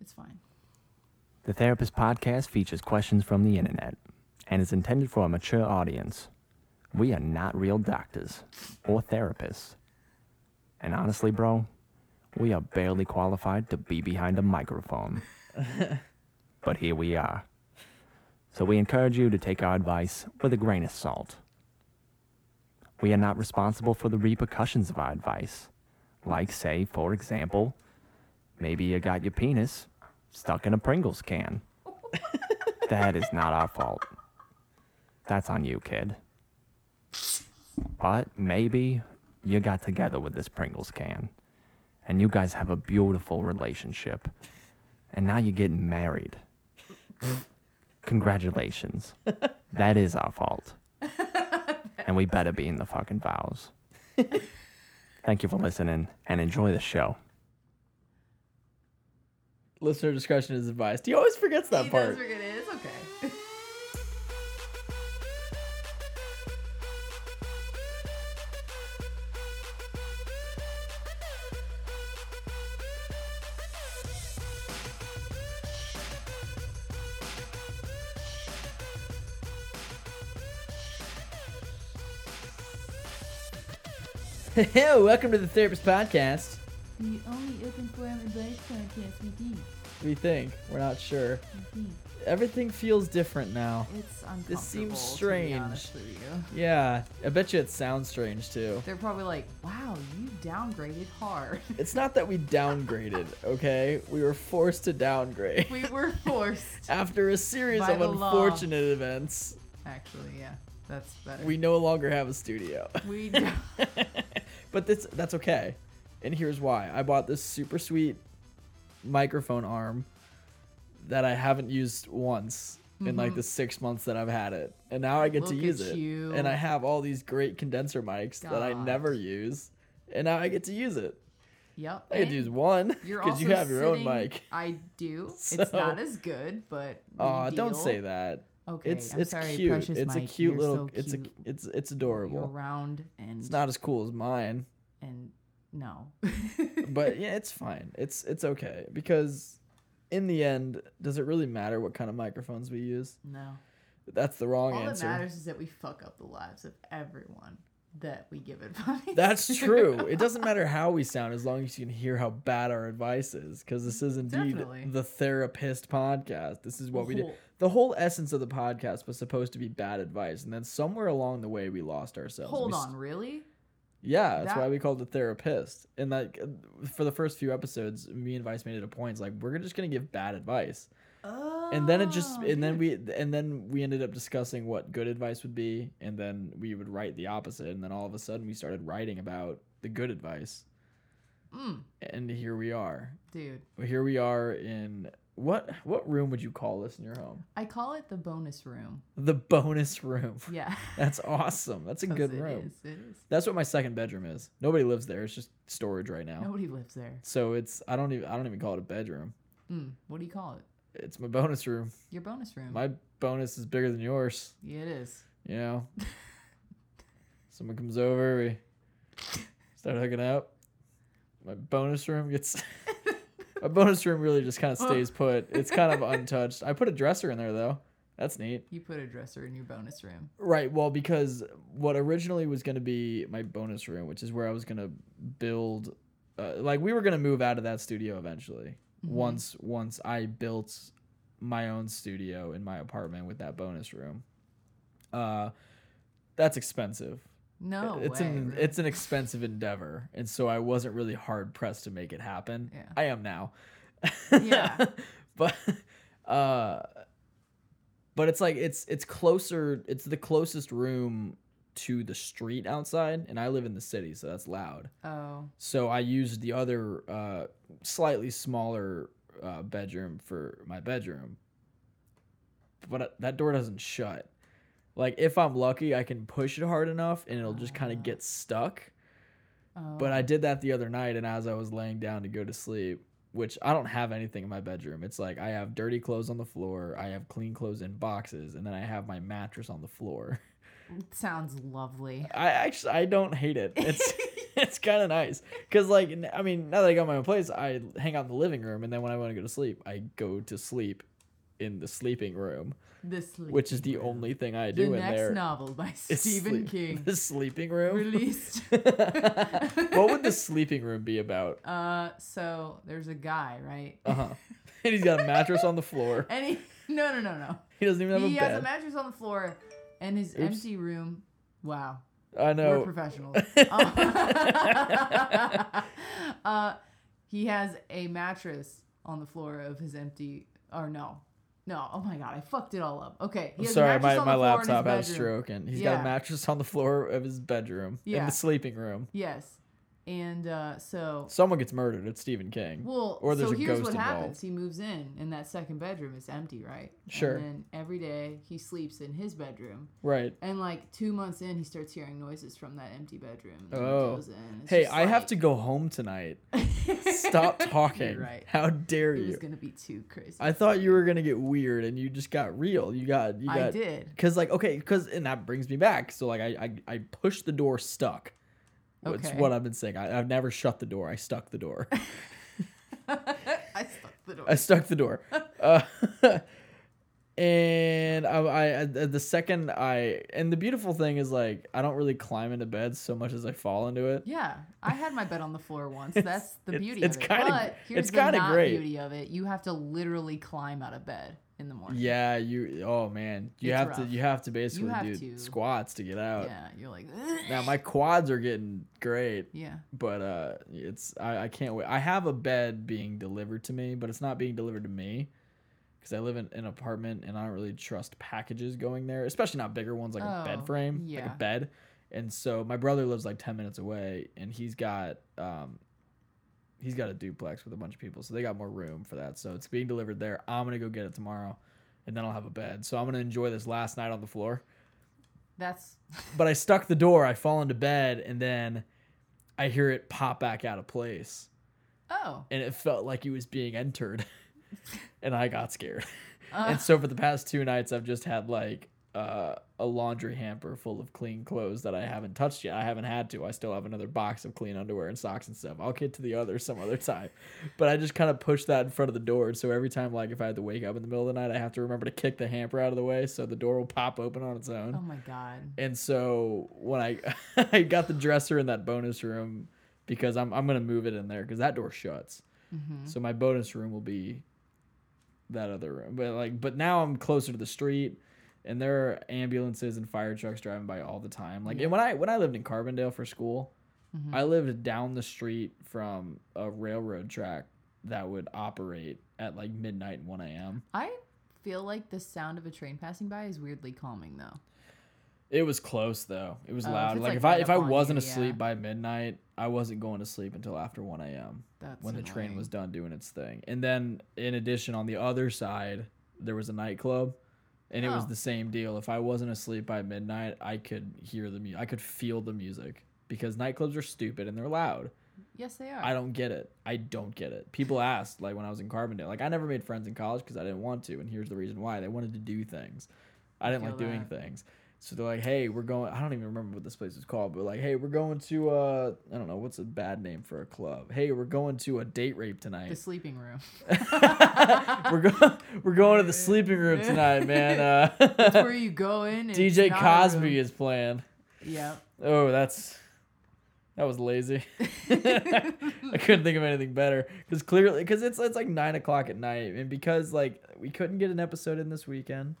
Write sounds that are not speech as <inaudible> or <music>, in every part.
It's fine. The Therapist Podcast features questions from the internet and is intended for a mature audience. We are not real doctors or therapists. And honestly, bro, we are barely qualified to be behind a microphone. but here we are. So we encourage you to take our advice with a grain of salt. We are not responsible for the repercussions of our advice. Like, say, for example, maybe you got your penis stuck in a Pringles can. that is not our fault. That's on you, kid. But maybe you got together with this Pringles can and you guys have a beautiful relationship and now you're getting married. Congratulations. that is our fault. and we better be in the fucking vows. Thank you for listening and enjoy the show. Listener discretion is advised. He always forgets that He part. does forget it. It's okay. Hey, welcome to the Therapist Podcast. The only open forum advice podcast we do. We think we're not sure. We do. Everything feels different now. It's uncomfortable. This seems To strange. be honest with you. Yeah, I bet you it sounds strange too. They're probably like, "Wow, you downgraded hard. <laughs> It's not that we downgraded, okay? We were forced to downgrade we <laughs> were forced." after a series By of the law. unfortunate events. Actually, yeah, that's better. We no longer have a studio. <laughs> <laughs> we do. but this that's okay. And here's why. I bought this super sweet microphone arm that I haven't used once in like the 6 months that I've had it. And now I get to Mm-hmm. Look use at it. you. And I have all these great condenser mics that I God. never use. And now I get to use it. Yep. I get and to use one You're cuz you also have your own sitting- mic. I <laughs> do. So- it's not as good, but we Aw, don't deal. say that. Okay, it's I'm it's sorry, cute. Precious It's a Mike, cute you're little so it's cute. a it's it's You're adorable. round and It's not as cool as mine. and no. but yeah, it's fine. It's it's okay because in the end, does it really matter what kind of microphones we use? <laughs> no. <laughs> That's the wrong All answer. that matters is that we fuck up the lives of everyone that we give <laughs> advice. That's to. true. It doesn't matter how we sound as long as you can hear how bad our advice is because this is indeed Definitely. the therapist podcast. This is what we did. Whole- The whole essence of the podcast was supposed to be bad advice, and then somewhere along the way we lost ourselves. <laughs> Hold We s- on, really? Yeah, that's why That- we called it therapist. And like uh, for the first few episodes, me and Vice made it a point. It's like we're just gonna give bad advice. Oh. and then it just and then we and then we ended up discussing what good advice would be and then we would write the opposite and then all of a sudden we started writing about the good advice Mm, and here we are dude, here we are in what what room would you call this in your home I call it the bonus room. the bonus room <laughs> Yeah. <laughs> that's awesome that's a 'Cause good it room is, It is. that's what my second bedroom is nobody lives there it's just storage right now Nobody lives there. so it's i don't even i don't even call it a bedroom Mm, what do you call it? it's my bonus room Your bonus room. my bonus is bigger than yours yeah, it is. you know <laughs> someone comes over we start hooking up my bonus room gets <laughs> my bonus room really just kind of stays put it's kind of untouched i put a dresser in there though that's neat You put a dresser in your bonus room. right well because what originally was going to be my bonus room which is where i was going to build uh, like we were going to move out of that studio eventually Mm-hmm. once once i built my own studio in my apartment with that bonus room uh that's expensive No it's way. an really. it's an expensive endeavor, and so I wasn't really hard pressed to make it happen. Yeah. I am now. <laughs> <laughs> Yeah. but uh, but it's like it's it's closer. It's the closest room to the street outside, and I live in the city, so that's loud. oh. So I used the other uh, slightly smaller uh, bedroom for my bedroom. But uh, that door doesn't shut. Like if I'm lucky, I can push it hard enough and it'll just kind of get stuck. Oh. But I did that the other night and as I was laying down to go to sleep, which I don't have anything in my bedroom. It's like I have dirty clothes on the floor, I have clean clothes in boxes, and then I have my mattress on the floor. <laughs> sounds lovely. <laughs> I actually I don't hate it. It's <laughs> it's kind of nice because like n- I mean now that I got my own place, I hang out in the living room, and then when I want to go to sleep, I go to sleep in the sleeping room, The Sleeping which is the Room. only thing I the do in next there. novel by is Stephen sleep. <laughs> King The sleeping room. released. <laughs> what <laughs> would the sleeping room be about? Uh, so there's a guy, right? Uh huh. <laughs> And he's got a mattress on the floor. And he <laughs> no no no no. He doesn't even have he a has a bed. mattress on the floor and his empty room. Wow. We're I know. <laughs> professionals. Uh, <laughs> uh, he has a mattress on the floor of his empty. Or no, no. Oh my god, I fucked it all up. Okay. He I'm has a sorry, mattress my, on my the floor in his laptop had a bedroom. stroke, and he's got Yeah. a mattress on the floor of his bedroom in Yeah. the sleeping room. Yes, and uh, so Someone gets murdered. It's Stephen King. Well, Or there's so a here's ghost what involved. happens. He moves in, and that second bedroom is empty, right? Sure. And then every day he sleeps in his bedroom, right. and like two months in, he starts hearing noises from that empty bedroom. And then he Oh. goes in, and it's Hey, just I have like- to go home <laughs> tonight. Stop talking. You're right. How dare It was you? gonna be too crazy. I thought you were gonna get weird, and you just got real. You got. You got. I did. Cause like okay, cause and that brings me back. So like I I, I pushed the door stuck. That's Okay. what I've been saying. I, I've never shut the door. I stuck the door. <laughs> I stuck the door. I stuck <laughs> the door. Uh, <laughs> and I, I, I- the second I, and the beautiful thing is like, I don't really climb into bed so much as I fall into it. yeah, I had my bed on the floor once. That's the it's- beauty it's of it. kinda- but here's it's the kinda not great. beauty of it. You have to literally climb out of bed in the morning. Yeah, you. Oh man, you It's have to. rough. You have to basically have do to. squats to get out. Yeah, you're like. Now my quads are getting great, yeah. but uh, it's I, I can't wait. I have a bed being delivered to me, but it's not being delivered to me because I live in an apartment and I don't really trust packages going there, especially not bigger ones like a Oh, bed frame, like yeah. a bed. And so my brother lives like ten minutes away, and he's got um, he's got a duplex with a bunch of people, so they got more room for that. So it's being delivered there. I'm gonna go get it tomorrow, and then I'll have a bed. So I'm gonna enjoy this last night on the floor That's but I stuck the door. I fall into bed, and then I hear it pop back out of place, oh. and it felt like it was being entered, <laughs> and I got scared. and so for the past two nights, I've just had like uh, a laundry hamper full of clean clothes that I haven't touched yet. I haven't had to. I still have another box of clean underwear and socks and stuff. I'll get to the other some other time, but I just kind of pushed that in front of the door. So every time, like if I had to wake up in the middle of the night, I have to remember to kick the hamper out of the way so the door will pop open on its own. Oh my god. And so when I <laughs> I got the dresser in that bonus room because I'm I'm gonna move it in there because that door shuts. So my bonus room will be that other room. But like but now I'm closer to the street and there are ambulances and fire trucks driving by all the time. Like and when I when I lived in Carbondale for school, I lived down the street from a railroad track that would operate at like midnight and one AM. I feel like the sound of a train passing by is weirdly calming, though. It was close though. It was Oh, if loud. it's, Like, like, if I right if up I on you, wasn't yeah. asleep by midnight, I wasn't going to sleep until after one a.m. That's when the train annoying. was done doing its thing. And then in addition, on the other side, there was a nightclub, and it was Oh. the same deal. If I wasn't asleep by midnight, I could hear the mu- I could feel the music because nightclubs are stupid and they're loud. Yes, they are. I don't get it. I don't get it. People asked, like when I was in Carbondale, like I never made friends in college because I didn't want to, and here's the reason why. They wanted to do things. I didn't feel like doing that. things. So they're like, hey, we're going. I don't even remember what this place is called, but like, hey, we're going to. uh I don't know what's a bad name for a club. Hey, we're going to a date rape the tonight. sleeping <laughs> room. we're going. <laughs> We're <laughs> going to the sleeping room tonight, man. That's Uh, <laughs> where you go in. And DJ it's not a Cosby room. is playing. Yep. Oh, that's that was lazy. <laughs> I couldn't think of anything better because clearly, because it's it's like nine o'clock at night, and because like we couldn't get an episode in this weekend,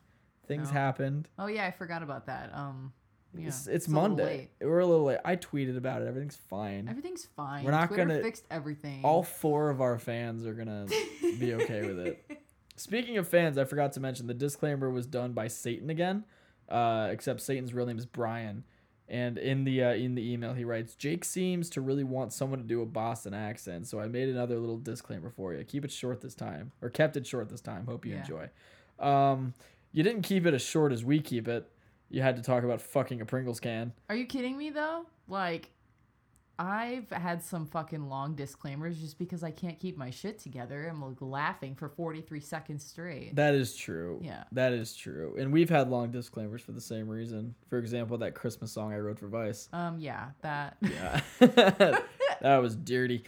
things No. happened. Oh yeah, I forgot about that. Um, yeah, it's it's, a little Monday. late. We're a little late. I tweeted about it. Everything's fine. Everything's fine. We're not Twitter gonna- fixed everything. All four of our fans are gonna be okay with it. Speaking of fans, I forgot to mention the disclaimer was done by Satan again. Uh, except Satan's real name is Brian, and in the uh, in the email he writes, Jake seems to really want someone to do a Boston accent, so I made another little disclaimer for you. Keep it short this time, or kept it short this time. Hope you Yeah. enjoy. Um, you didn't keep it as short as we keep it. You had to talk about fucking a Pringles can. Are you kidding me though? Like, I've had some fucking long disclaimers just because I can't keep my shit together. I'm like laughing for 43 seconds straight. That is true. Yeah. That is true. And we've had long disclaimers for the same reason. For example, that Christmas song I wrote for Vice. Um, yeah, that Yeah. <laughs> that was dirty.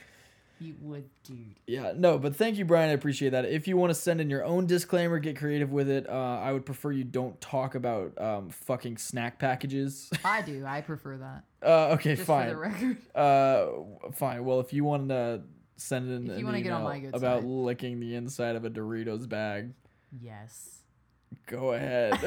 you would, dude. Yeah, no, but thank you, Brian. I appreciate that. If you want to send in your own disclaimer, get creative with it. Uh, I would prefer you don't talk about um, fucking snack packages. <laughs> I do. I prefer that. Uh, okay, Just for fine. the record. uh, fine. Well, if you want to send in If you an wanna get on email my good about side. licking the inside of a Doritos bag, <laughs> Yes. <laughs> go ahead.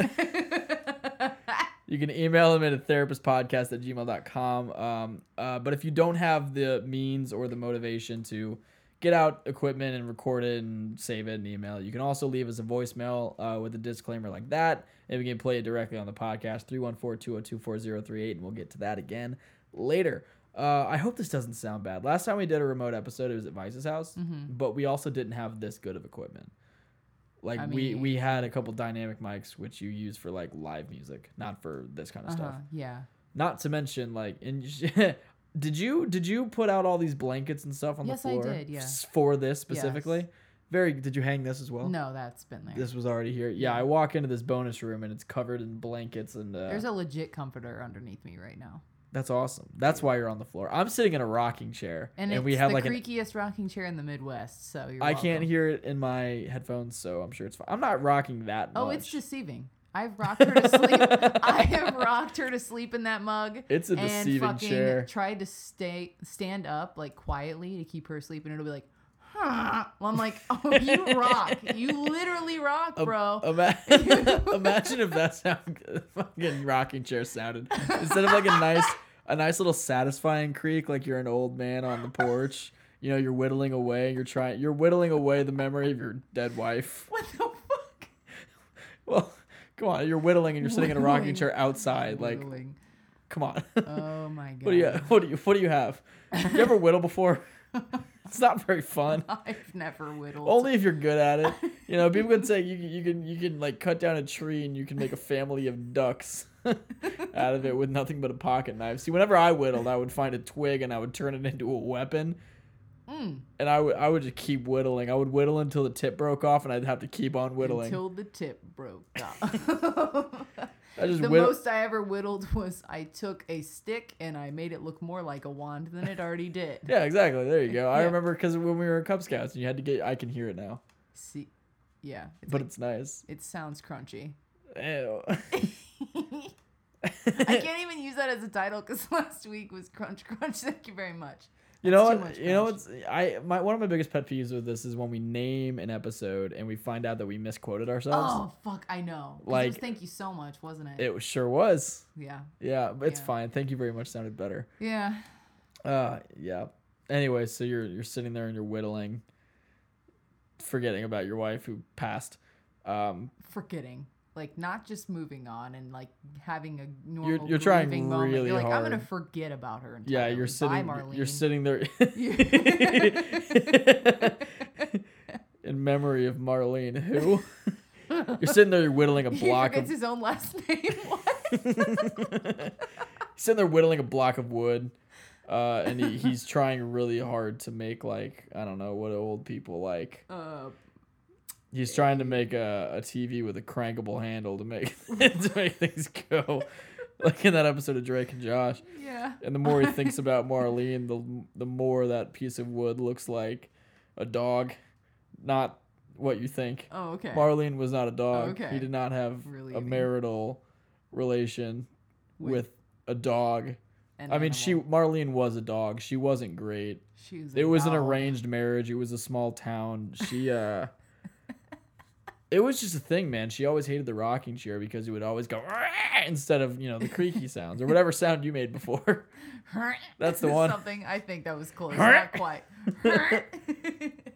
Uh-huh. you can email them at therapistpodcast at gmail.com. Um, uh, but if you don't have the means or the motivation to get out equipment and record it and save it and email, it, you can also leave us a voicemail uh, with a disclaimer like that. And we can play it directly on the podcast 314 202 4038. And we'll get to that again later. Uh, I hope this doesn't sound bad. Last time we did a remote episode, it was at Vice's house, but we also didn't have this good of equipment. Like I we mean- we had a couple dynamic mics which you use for like live music, not for this kind of uh-huh. stuff. Yeah. Not to mention like and <laughs> did you did you put out all these blankets and stuff on Yes, the I floor? did, yeah. s- For this specifically? Very did you hang this as well? No, that's been there. This was already here. Yeah, I walk into this bonus room and it's covered in blankets and uh, There's a legit comforter underneath me right now. that's awesome. That's why you're on the floor. I'm sitting in a rocking chair And, it's we have the like an creakiest rocking chair in the Midwest, so you're I can't welcome. hear it in my headphones, so I'm sure it's fine. I'm not rocking that Oh, much. it's deceiving. I've rocked her to sleep. I <laughs> have rocked her to sleep in that mug. It's a and deceiving fucking chair. tried to stay stand up like quietly to keep her asleep, and it'll be like, huh. Well, I'm like, oh, you <laughs> rock. You literally rock, bro. Ima- <laughs> Imagine if that's how a <laughs> fucking rocking chair sounded. Instead of like a nice, a nice little satisfying creak, like you're an old man on the porch. You know, you're whittling away. You're trying. You're whittling away the memory of your dead wife. what the fuck? Well, come on. You're whittling, and you're sitting in a rocking Whittling. chair outside. Like, Whittling. come on. oh my god. <laughs> what do you? What do you? What do you have? You ever whittle <laughs> before? It's not very fun. I've never whittled. Only if you're good at <laughs> it. You know, people can say you can, you can you can like cut down a tree and you can make a family of ducks <laughs> out of it with nothing but a pocket knife. See, whenever I whittled, I would find a twig and I would turn it into a weapon. Mm. And I would I would just keep whittling. I would whittle until the tip broke off, and I'd have to keep on whittling. until the tip <laughs> broke off. I just The whittle. most I ever whittled was I took a stick and I made it look more like a wand than it already <laughs> did. yeah, exactly. There you go. I Yeah. remember because when we were Cub Scouts, and you had to get. I can hear it now, See, yeah, it's but like- it's nice. it sounds <laughs> crunchy. Ew. I can't even use that as a title because <laughs> last week was crunch crunch. <laughs> Thank you very much. You know That's too what? much You know crunch. what's I my one of my biggest pet peeves with this is when we name an episode and we find out that we misquoted ourselves. Oh fuck, I know. 'Cause it was Like- thank you so much, wasn't it? It was- sure was. yeah, Yeah, but it's Yeah. fine. Thank you very much. Sounded better. yeah. Uh, yeah. Anyway, so you're you're sitting there and you're whittling, forgetting about your wife who passed. Um, Forgetting, like not just moving on and like having a normal you're trying grieving moment. really you're like, I'm gonna hard. forget about her. Entirely. yeah, you're sitting. Bye, Marlene. You're <laughs> sitting there. In memory of Marlene, <laughs> who you're sitting there, you're whittling a <laughs> He block of forgets his own last <laughs> name. What? <laughs> sitting there whittling a block of wood, uh, and he, <laughs> he's trying really hard to make like I don't know what old people like. Uh, He's trying to make a, a TV with a crankable handle <laughs> to make <laughs> to make things go, <laughs> like in that episode of Drake and Josh. yeah. And the more he <laughs> thinks about Marlene, the the more that piece of wood looks like a dog, not what you think. Oh, okay. Oh, Marlene was not a dog. He Okay. did not have a Relieving. marital relation With with a dog. An I mean, she animal. Marlene was a dog. She wasn't great. she was. It was an involved. arranged marriage. It was a small town. She uh It was just a thing, man. She always hated the rocking chair because it would always go "Rah!" instead of, you know, the <laughs> creaky sounds or whatever sound you made before. <laughs> That's the one. Something I think that was close. not quite. <laughs>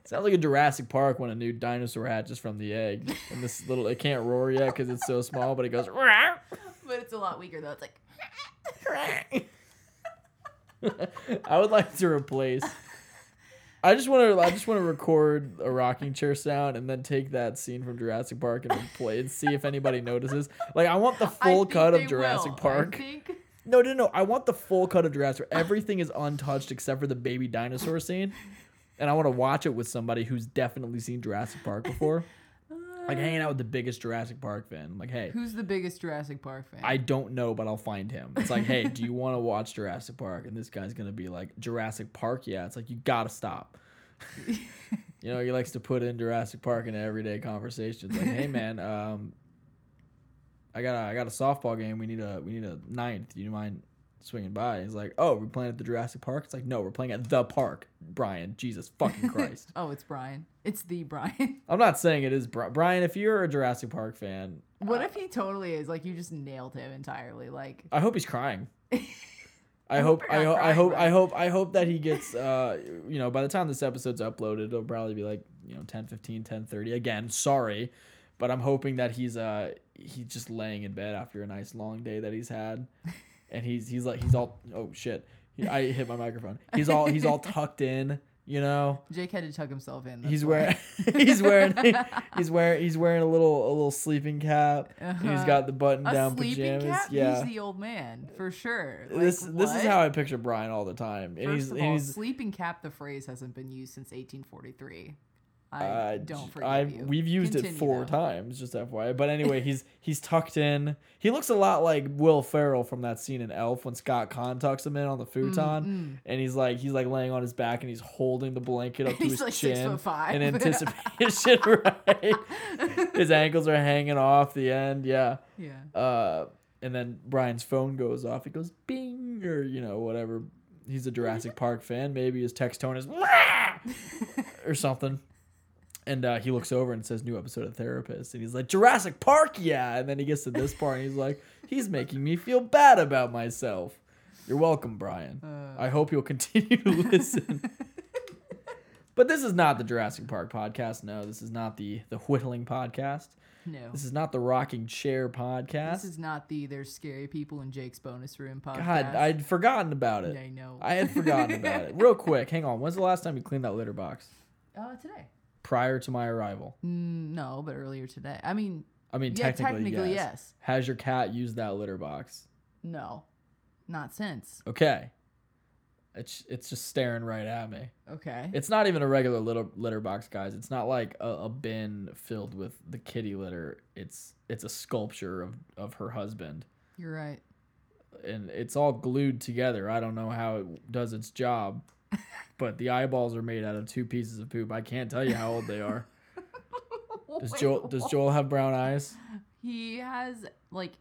Sounds like a Jurassic Park when a new dinosaur hatches from the egg. And this little it can't roar yet cuz it's so small, but it goes "Rah!" <laughs> but it's a lot weaker though. It's like <laughs> I would like to replace. I just want to. I just want to record a rocking chair sound and then take that scene from Jurassic Park and play and see if anybody notices. Like I want the I full think cut they of Jurassic will. I Park. think No, no, no. I want the full cut of Jurassic. Where everything is untouched except for the baby dinosaur scene, and I want to watch it with somebody who's definitely seen Jurassic Park before. like hanging out with the biggest Jurassic Park fan. I'm like, hey, Who's the biggest Jurassic Park fan? I don't know, but I'll find him. It's like, hey, do you want to watch Jurassic Park? And this guy's gonna be like, Jurassic Park, yeah. It's like you gotta stop. you know, he likes to put in Jurassic Park in everyday conversations. Like, hey man, um, I got a I got a softball game. We need a we need a ninth. You mind swinging by? He's like, oh, we're playing at the Jurassic Park. It's like, no, we're playing at the park, Brian. Jesus <laughs> fucking Christ. oh, it's Brian. It's the Brian. <laughs> I'm not saying it is Bri- Brian. If you're a Jurassic Park fan, what if he totally is? Like you just nailed him entirely. Like I hope he's crying. <laughs> I hope hope I, you're ho- not I crying, hope bro. I hope I hope that he gets uh you know by the time this episode's uploaded it'll probably be like you know 10 15 10 30 again sorry but I'm hoping that he's uh he's just laying in bed after a nice long day that <laughs> he's had and he's he's like he's all oh shit He- I hit my microphone he's all he's all tucked in you know Jake had to tuck himself in. that's he's why. wearing <laughs> he's wearing <laughs> he's wearing he's wearing a little a little sleeping cap and he's Uh-huh. got the button a down sleeping pajamas cat. yeah He's the old man for sure. Like, this this is what? how I picture Brian all the time, and First he's, of and all, he's sleeping cap. The phrase hasn't been used since 1843. I uh, don't j- forgive I've- you. We've used it Continue, four though. times, just FYI. <laughs> But anyway, he's he's tucked in. He looks a lot like Will Ferrell from that scene in Elf when Scott Conn tucks him in on the futon, Mm-hmm. and he's like he's like laying on his back and he's holding the blanket <laughs> up to He's his like chin six foot five. <laughs> in anticipation. <laughs> right, his ankles are hanging off the end. Yeah. Yeah. Uh, and then Brian's phone goes off. It goes bing or you know whatever. He's a Jurassic Park fan. Maybe his text tone is "Wah!" or something. And uh, he looks over and says, "New episode of Therapist," and he's like, "Jurassic Park, yeah." And then he gets to this part and he's like, "He's making me feel bad about myself." You're welcome, Brian. I hope you'll continue to listen. but this is not the Jurassic Park podcast. No, this is not the the whittling podcast. No. This is not the rocking chair podcast. This is not the there's scary people in Jake's bonus room podcast. God, I'd forgotten about it. Yeah, I know. I had forgotten about <laughs> it. Real quick, hang on. When's the last time you cleaned that litter box? uh, today. Prior to my arrival. Mm, no, but earlier today. I mean, I mean, yeah, technically, yes. yes. Has your cat used that litter box? No, not since. Okay. It's it's just staring right at me. Okay. It's not even a regular little litter box, guys. It's not like a, a bin filled with the kitty litter. It's it's a sculpture of of her husband. You're right. and it's all glued together. I don't know how it does its <laughs> job, but the eyeballs are made out of two pieces of poop. I can't tell you how old they <laughs> are. <laughs> Does Joel does Joel have <laughs> brown eyes? He has like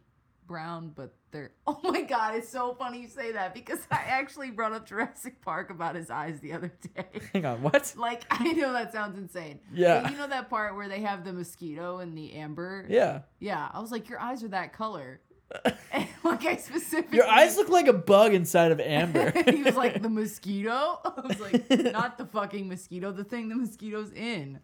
brown, but they're. <laughs> Oh my god, it's so funny you say that because I actually brought up Jurassic Park about his eyes the other <laughs> day. Hang on, <laughs> what? Like I know that sounds insane. Yeah. But you know that part where they have the mosquito and the amber? Yeah, Yeah. I was like, your eyes are that <laughs> color. <laughs> and like I specifically your eyes look like a bug inside <laughs> of amber. he was like, the mosquito? <laughs> I was like, not the fucking mosquito, the thing the mosquito's in.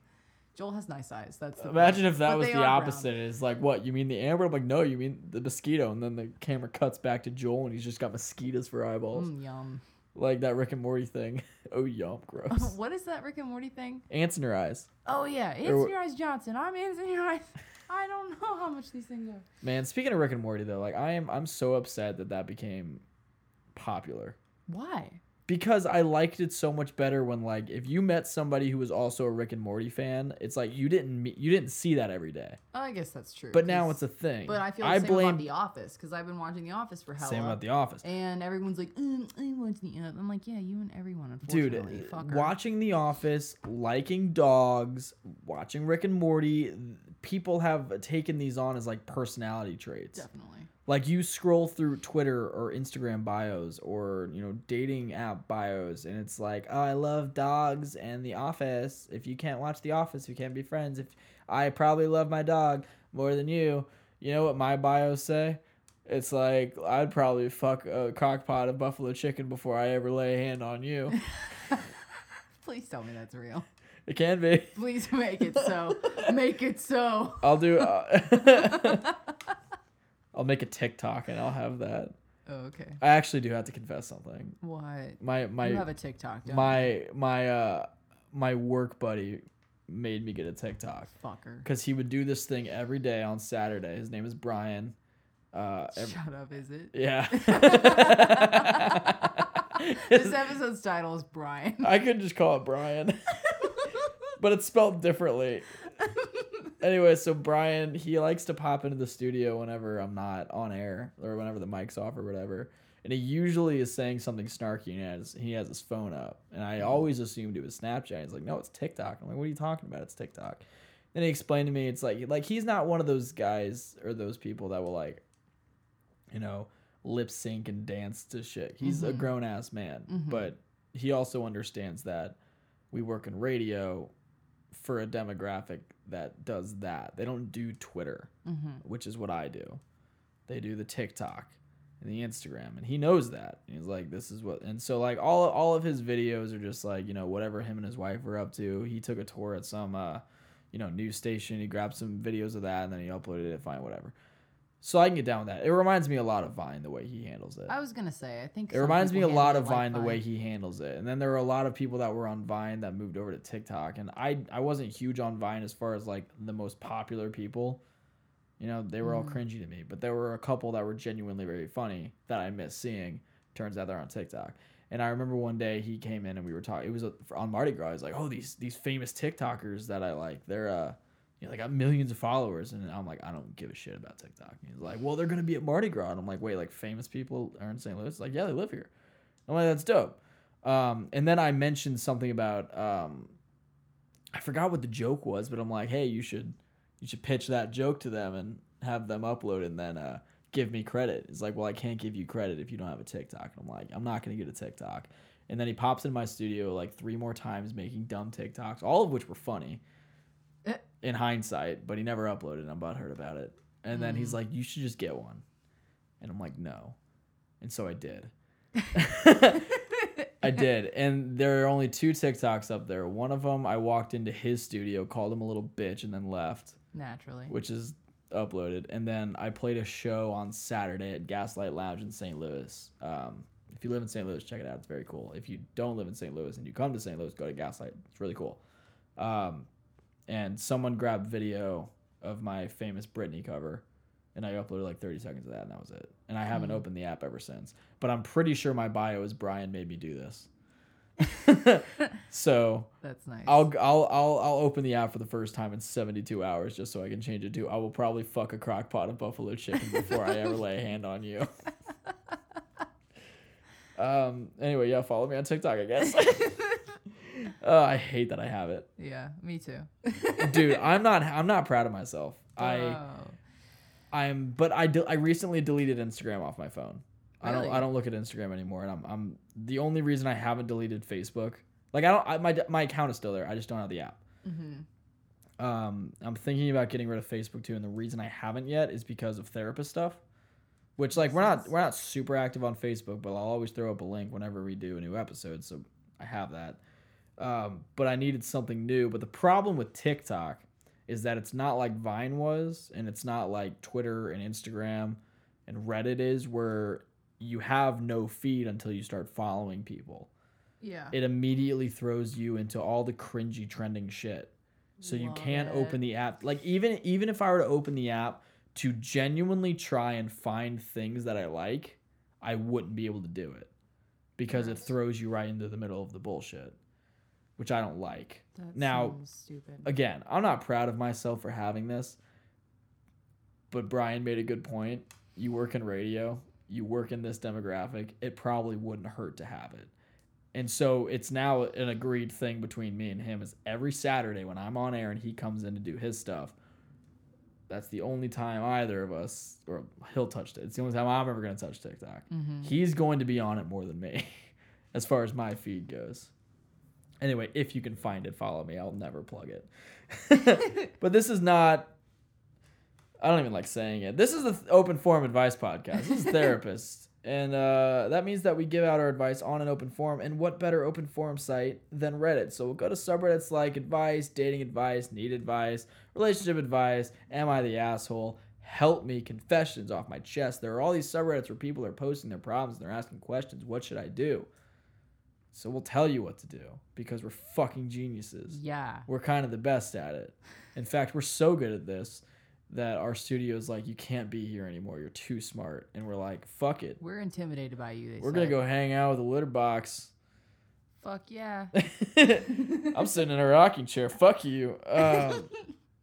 Joel has nice eyes. That's the <laughs> Imagine point. if that But was they the are brown. opposite. It's like, what? You mean the amber? I'm like, no, you mean the mosquito. And then the camera cuts back to Joel, and he's just got mosquitoes for eyeballs, Mm, yum. <laughs> like that Rick and Morty thing. <laughs> oh, yomp, gross. What is that Rick and Morty thing? Ants in her eyes. Oh yeah, Or- Anthony Rice Johnson. I'm Anthony Rice. <laughs> I don't know how much these things are. Man, speaking of Rick and Morty though, like I am, I'm so upset that that became popular Why? because I liked it so much better when like if you met somebody who was also a Rick and Morty fan, it's like you didn't meet, you didn't see that every day. Oh, I guess that's true. But now 'cause- it's a thing. But I feel the same about The Office because I've been watching The Office for how same long? about The Office. and everyone's like, mm, I watch The Office. I'm like, yeah, you and everyone. Dude, Unfortunately, uh, fucker. watching The Office, liking dogs, watching Rick and Morty, people have taken these on as like personality traits. Definitely. like you scroll through twitter or instagram bios or you know dating app bios and it's like oh i love dogs and the office if you can't watch the office we can't be friends if i probably love my dog more than you you know what my bios say it's like i'd probably fuck a crock pot of buffalo chicken before i ever lay a hand <laughs> on you Please tell me that's real. it can be Please make it <laughs> so. make it so. i'll do uh, <laughs> <laughs> i'll make a tiktok and i'll have that Oh, okay. i actually do have to confess something What? my my You have a TikTok, don't you? my my uh my work buddy made me get a TikTok Fucker. because he would do this thing every day on Saturday. His name is Brian. Uh, ev- Shut up, is <laughs> it? yeah. <laughs> <laughs> This episode's title is Brian. <laughs> I could just call it Brian, <laughs> but it's spelled differently. anyway, so Brian, he likes to pop into the studio whenever I'm not on air or whenever the mic's off or whatever. And he usually is saying something snarky and he has, he has his phone up. And I always assumed it was Snapchat. He's like, no, it's TikTok. I'm like, what are you talking about? It's TikTok. Then he explained to me, it's like, like he's not one of those guys or those people that will like, you know, lip sync and dance to shit. He's a grown ass man, but he also understands that we work in radio for a demographic that does that. They don't do Twitter, which is what I do. They do the TikTok and the Instagram, and he knows that. And he's like, "This is what." And so, like all all of his videos are just like you know whatever him and his wife are up to. He took a tour at some uh, you know news station. He grabbed some videos of that, and then he uploaded it. Fine, whatever. So I can get down with that. It reminds me a lot of Vine the way he handles it. I was gonna say, I think It reminds me a lot of Vine the way he handles it. And then there were a lot of people that were on Vine that moved over to TikTok. And I I wasn't huge on Vine as far as like the most popular people. You know, they were all cringy to me. But there were a couple that were genuinely very funny that I missed seeing. Turns out they're on TikTok. And I remember one day he came in and we were talking. It was uh, on Mardi Gras. He's like, "Oh, these these famous TikTokers that I like. They're uh, you know, they got millions of followers." And I'm like, "I don't give a shit about TikTok." And he's like, "Well, they're gonna be at Mardi Gras." And I'm like, "Wait, like famous people are in St. Louis?" He's like, "Yeah, they live here." I'm like, "That's dope." Um, and then I mentioned something about um, I forgot what the joke was, but I'm like, "Hey, you should you should pitch that joke to them and have them upload and then uh, give me credit. It's like, well, I can't give you credit if you don't have a TikTok. And I'm like, I'm not gonna get a TikTok. And then he pops in my studio like three more times making dumb TikToks, all of which were funny Eh. in hindsight, but he never uploaded. and I'm butthurt about it. And then he's like, you should just get one. And I'm like, no. And so I did. I did. And there are only two TikToks up there. One of them, I walked into his studio, called him a little bitch, and then left <laughs> naturally. which is uploaded. And then I played a show on Saturday at Gaslight Lounge in St. Louis. Um, if you live in St. Louis, check it out. It's very cool. If you don't live in St. Louis and you come to St. Louis, go to Gaslight. It's really cool. Um, and someone grabbed video of my famous Britney cover. And I uploaded like 30 seconds of that, and that was it. And I haven't opened the app ever since. But I'm pretty sure my bio is Brian made me do this. <laughs> so That's nice. I'll <laughs> I'll I'll I'll open the app for the first time in 72 hours just so I can change it to I will probably fuck a crock pot of buffalo chicken before I ever lay a hand <laughs> on you. um anyway, yeah, follow me on TikTok, I guess. <laughs> uh, I hate that I have it. <laughs> yeah, me too. Dude, I'm not I'm not proud of myself. I Oh. I'm but I de- I recently deleted Instagram off my phone. I don't Really? I don't look at Instagram anymore and I'm I'm the only reason I haven't deleted Facebook. Like I don't I, my my account is still there. I just don't have the app. Mhm. um, I'm thinking about getting rid of Facebook too, and the reason I haven't yet is because of therapist stuff. Which like we're not we're not super active on Facebook, but I'll always throw up a link whenever we do a new episode, so I have that. Um, but I needed something new. But the problem with TikTok is that it's not like Vine was, and it's not like Twitter and Instagram and Reddit is, where you have no feed until you start following people Yeah. it immediately throws you into all the cringy trending shit. So you Love can't it. open the app. Like even even if I were to open the app to genuinely try and find things that I like, I wouldn't be able to do it because it throws you right into the middle of the bullshit, which I don't like. That now- sounds stupid. Again, I'm not proud of myself for having this, but Brian made a good point. You work in radio, you work in this demographic, it probably wouldn't hurt to have it. And so it's now an agreed thing between me and him is every Saturday when I'm on air and he comes in to do his stuff, that's the only time either of us or he'll touch it. It's the only time I'm ever gonna touch TikTok. He's going to be on it more than me, <laughs> as far as my feed goes. Anyway, if you can find it, follow me. I'll never plug it. <laughs> but this is not. I don't even like saying it. This is the th- open forum advice podcast. This is therapist. And uh, that means that we give out our advice on an open forum. And what better open forum site than Reddit? So we'll go to subreddits like advice, dating advice, need advice, relationship advice, am I the asshole, help me, confessions off my chest. There are all these subreddits where people are posting their problems and they're asking questions. What should I do? So we'll tell you what to do because we're fucking geniuses yeah. we're kind of the best at it. In fact, we're so good at this that our studio's like, you can't be here anymore. You're too smart. And we're like, fuck it. We're intimidated by you. They We're going said. to go hang out with a litter box. <laughs> Fuck yeah. I'm sitting in a rocking chair. Fuck you. Um,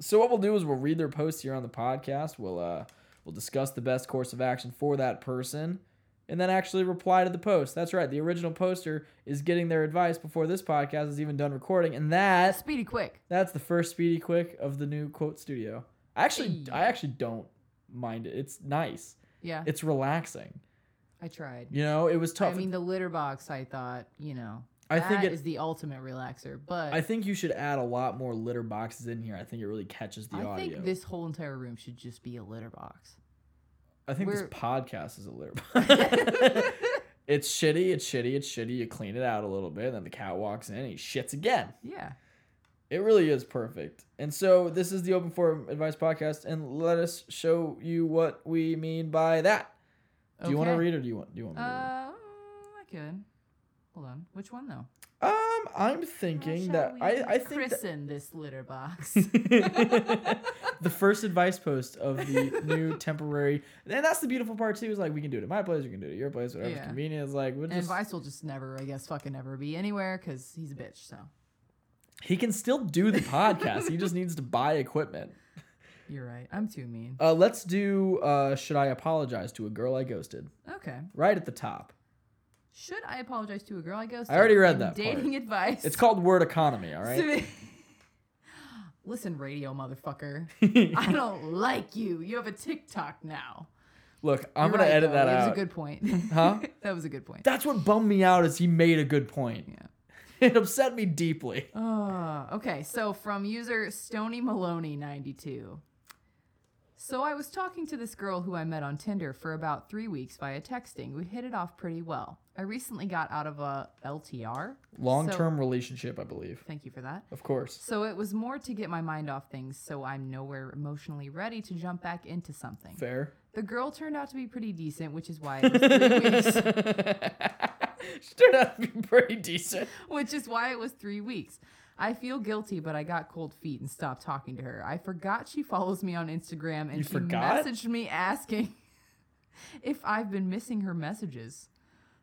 so what we'll do is we'll read their posts here on the podcast. We'll uh, we'll discuss the best course of action for that person, and then actually reply to the post. That's right. The original poster is getting their advice before this podcast is even done recording, and that Speedy quick. that's the first speedy quick of the new quote studio. I actually, Hey. I actually don't mind it. It's nice. Yeah. It's relaxing. I tried. You know, it was tough. I mean, the litter box, I thought, you know, I that think it- is the ultimate relaxer. But I think you should add a lot more litter boxes in here. I think it really catches the I audio. think this whole entire room should just be a litter box. I think this We're- podcast is <laughs> a litter box. <laughs> it's shitty, it's shitty, it's shitty. You clean it out a little bit, then the cat walks in and he shits again. Yeah. It really is perfect. And so this is the Open Forum Advice Podcast, and let us show you what we mean by that. Do you want to Okay. read or do you want do you want Um, me to read? I could. Hold on. Which one though? Um, How I'm thinking shall that we I, I think that- christen this litter <laughs> box. the first advice post of the <laughs> new temporary and that's the beautiful part too, is like we can do it at my place, you can do it at your place, whatever's Yeah. convenient. It's like we'll and just Vice will just never, I guess, fucking never be anywhere because he's a bitch. So He can still do the podcast. <laughs> he just needs to buy equipment. you're right. I'm too mean. Uh, let's do uh, Should I Apologize to a Girl I Ghosted? Okay. Right at the top. Should I apologize to a girl I ghosted? I already read in that part. Dating <laughs> advice. It's called Word Economy, <laughs> all right? Listen, radio <laughs> motherfucker. I don't like you. You have a TikTok now. Look, I'm You're going to right, edit though. that That was out. a good point. <laughs> Huh? <laughs> that was a good point. That's what bummed me out is he made a good point. Yeah. <laughs> It upset me deeply. Uh, okay, so from user Stony Maloney 92. So I was talking to this girl who I met on Tinder for about three weeks via texting. We hit it off pretty well. I recently got out of a LTR. Long-term relationship, I believe. So, thank you for that. Of course. So it was more to get my mind off things, so I'm nowhere emotionally ready to jump back into something. Fair. The girl turned out to be pretty decent, which is why it <laughs> was three weeks. she <laughs> turned out to be pretty decent. which is why it was three weeks. I feel guilty, but I got cold feet and stopped talking to her. I forgot she follows me on Instagram and You she forgot? messaged me asking <laughs> if I've been missing her messages.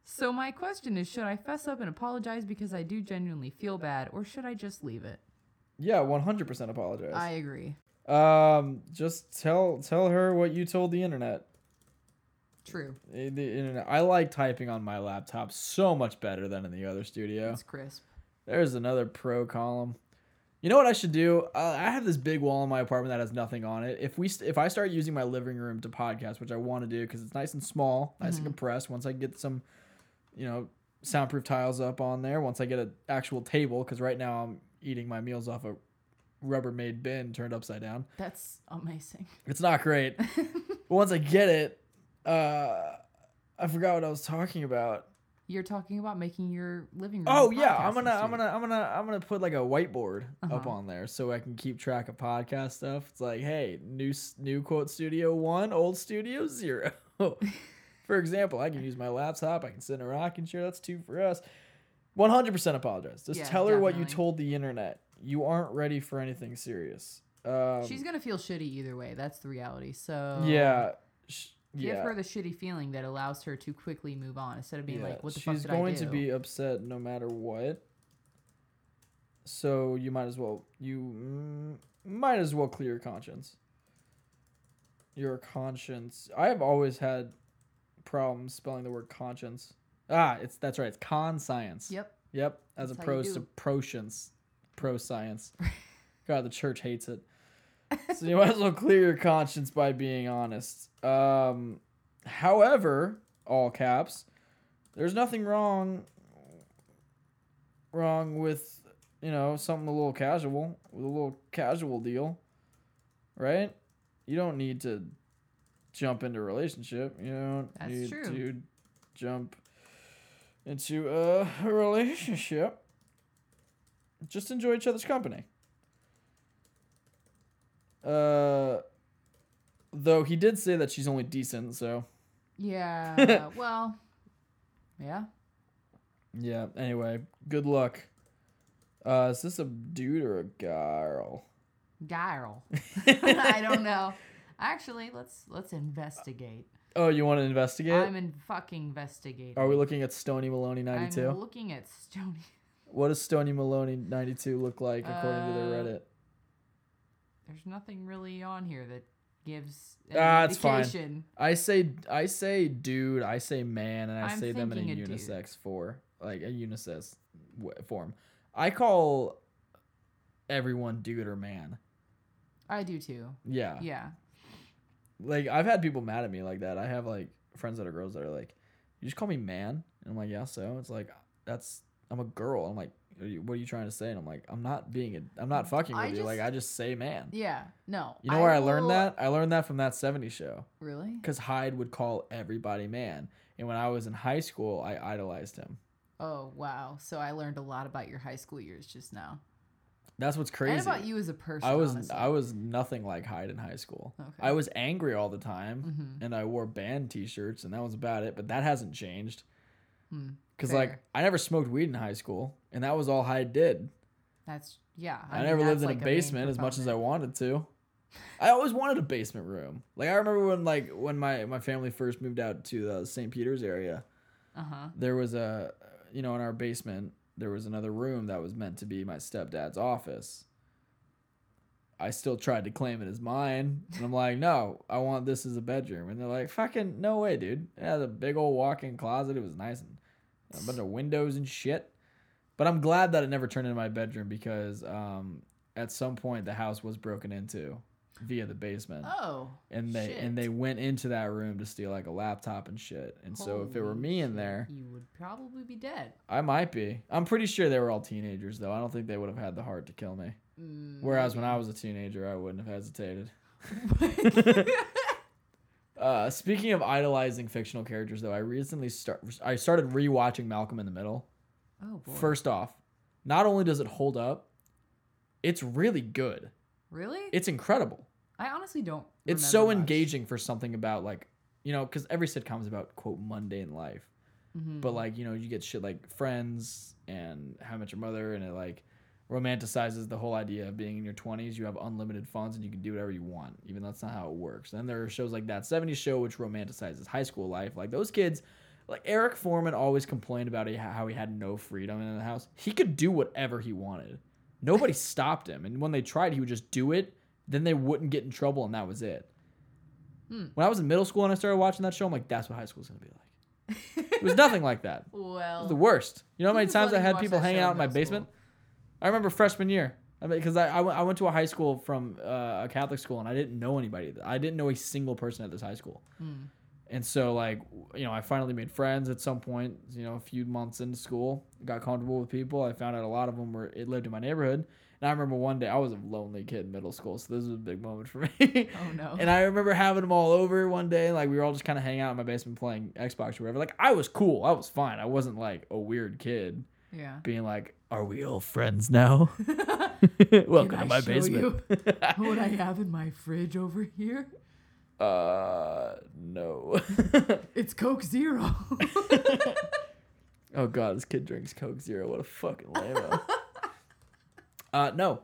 So my question is should I fess up and apologize because I do genuinely feel bad or should I just leave it? Yeah, 100% apologize. I agree. Um, just tell tell her what you told the internet. True. Eh, The internet. I like typing on my laptop so much better than in the other studio. It's crisp. There's another pro column. You know what I should do? Uh, I have this big wall in my apartment that has nothing on it. If we st- if I start using my living room to podcast, which I want to do because it's nice and small, nice and compressed. Once I get some, you know, soundproof tiles up on there. Once I get an actual table, because right now I'm eating my meals off a Rubbermaid bin turned upside down. That's amazing. It's not great. but once I get it, uh, I forgot what I was talking about. You're talking about making your living room. a Oh yeah, I'm podcasting gonna, I'm studio. gonna, I'm gonna, I'm gonna put like a whiteboard up Uh-huh. on there so I can keep track of podcast stuff. It's like, hey, new, s- new quote studio one, old studio zero. <laughs> for example, I can use my laptop. I can sit in a rocking chair. That's two for us. 100% apologize. Just Yeah, tell her what you definitely. told the internet. You aren't ready for anything serious. Um, She's gonna feel shitty either way. That's the reality. So yeah. Sh- give yeah. her the shitty feeling that allows her to quickly move on instead of being Yeah, like, "What the she's fuck did going I do?" to be upset no matter what. So you might as well you mm, might as well clear your conscience. Your conscience. I have always had problems spelling the word conscience. Ah, it's that's right. It's con science. Yep. Yep. As That's how you opposed to do. proscience, <laughs> pro science. God, the church hates it. So you might as well clear your conscience by being honest. Um, however, all caps, there's nothing wrong wrong with you know something a little casual with a little casual deal, right? You don't need to jump into a relationship. You don't That's need true. to jump into a relationship. Just enjoy each other's company. Uh, though he did say that she's only decent, so <laughs> Yeah. well. Yeah. yeah. Anyway, good luck. Uh, is this a dude or a girl? <laughs> Girl. <laughs> I don't know. Actually, let's let's investigate. Oh, you want to investigate? I'm in fucking investigating. Are we looking at Stony Maloney I'm 92? looking at Stony. <laughs> What does Stony Maloney 92 look like according to their Uh, Reddit? There's nothing really on here that gives Ah, it's fine. I say I say dude, I say man, and I I'm say them in a thinking a dude. unisex for like a unisex w- form. I call everyone dude or man. I do too. Yeah. Yeah. Like I've had people mad at me like that. I have like friends that are girls that are like, "You just call me man," and I'm like, "Yeah." So it's like that's I'm a girl. I'm like, are you, "What are you trying to say?" And I'm like, "I'm not being a, I'm not fucking with I you. just- Like I just say man." Yeah. No. You know where I will- learned that? I learned that from that 70s show. Really? because Hyde would call everybody man. And when I was in high school, I idolized him. Oh wow. So I learned a lot about your high school years just now. That's what's crazy. And about you as a person. I was honestly. I was nothing like Hyde in high school. Okay. I was angry all the time, Mhm. and I wore band T-shirts, and that was about it. But that hasn't changed Hmm, because like fair. I never smoked weed in high school, and that was all Hyde did. that's yeah. I, mean, never lived that's in like a main basement as much as I proponent. wanted to. I always wanted a basement room. Like I remember when like when my my family first moved out to the St. Peter's area. Uh-huh. there was a you know in our basement there was another room that was meant to be my stepdad's office i still tried to claim it as mine and i'm like no i want this as a bedroom and they're like fucking no way dude it has a big old walk-in closet it was nice and a bunch of windows and shit but i'm glad that it never turned into my bedroom because um, at some point the house was broken into via the basement Oh. and they shit. and they went into that room to steal like a laptop and shit and so if it were Holy me in shit, there you would probably be <laughs> dead. I might be. I'm pretty sure they were all teenagers, though. I don't think they would have had the heart to kill me. Mm, <laughs> Whereas when I was a teenager, I wouldn't have hesitated. Uh, speaking of idolizing fictional characters, though, I recently start I started rewatching Malcolm in the Middle. oh boy. First off, not only does it hold up, it's really good. really? It's incredible. I honestly don't. It's remember so much. engaging for something about like you know because every sitcom is about quote mundane life, Mhm. but like you know you get shit like friends and how much your mother and it like romanticizes the whole idea of being in your 20s you have unlimited funds and you can do whatever you want even though that's not how it works then there are shows like that 70s show which romanticizes high school life like those kids like eric foreman always complained about he- how he had no freedom in the house he could do whatever he wanted nobody stopped him and when they tried he would just do it then they wouldn't get in trouble and that was it when i was in middle school and i started watching that show i'm like that's what high school's gonna be like it was nothing like that Well, the worst. You know how Who many was times letting I you had watch people that hanging show out in in my middle basement? I remember freshman year. I mean, because I, I, went, I went to a high school from uh, a Catholic school and I didn't know anybody. I didn't know a single person at this high school. Hmm. And so, like, w- you know, I finally made friends at some point, you know, a few months into school. Got comfortable with people. I found out a lot of them were, it lived in my neighborhood. And I remember one day, I was a lonely kid in middle school. So this was a big moment for me. <laughs> Oh, no. And I remember having them all over one day. Like, we were all just kind of hanging out in my basement playing Xbox or whatever. Like, I was cool. I was fine. I wasn't like a weird kid yeah. being like, "Are we all <laughs> friends now?" <laughs> Welcome Can to I my show basement. you <laughs> what I have in my fridge over here? uh, no. <laughs> It's Coke Zero. <laughs> oh god, this kid drinks Coke Zero. What a fucking <laughs> lamo. uh, no.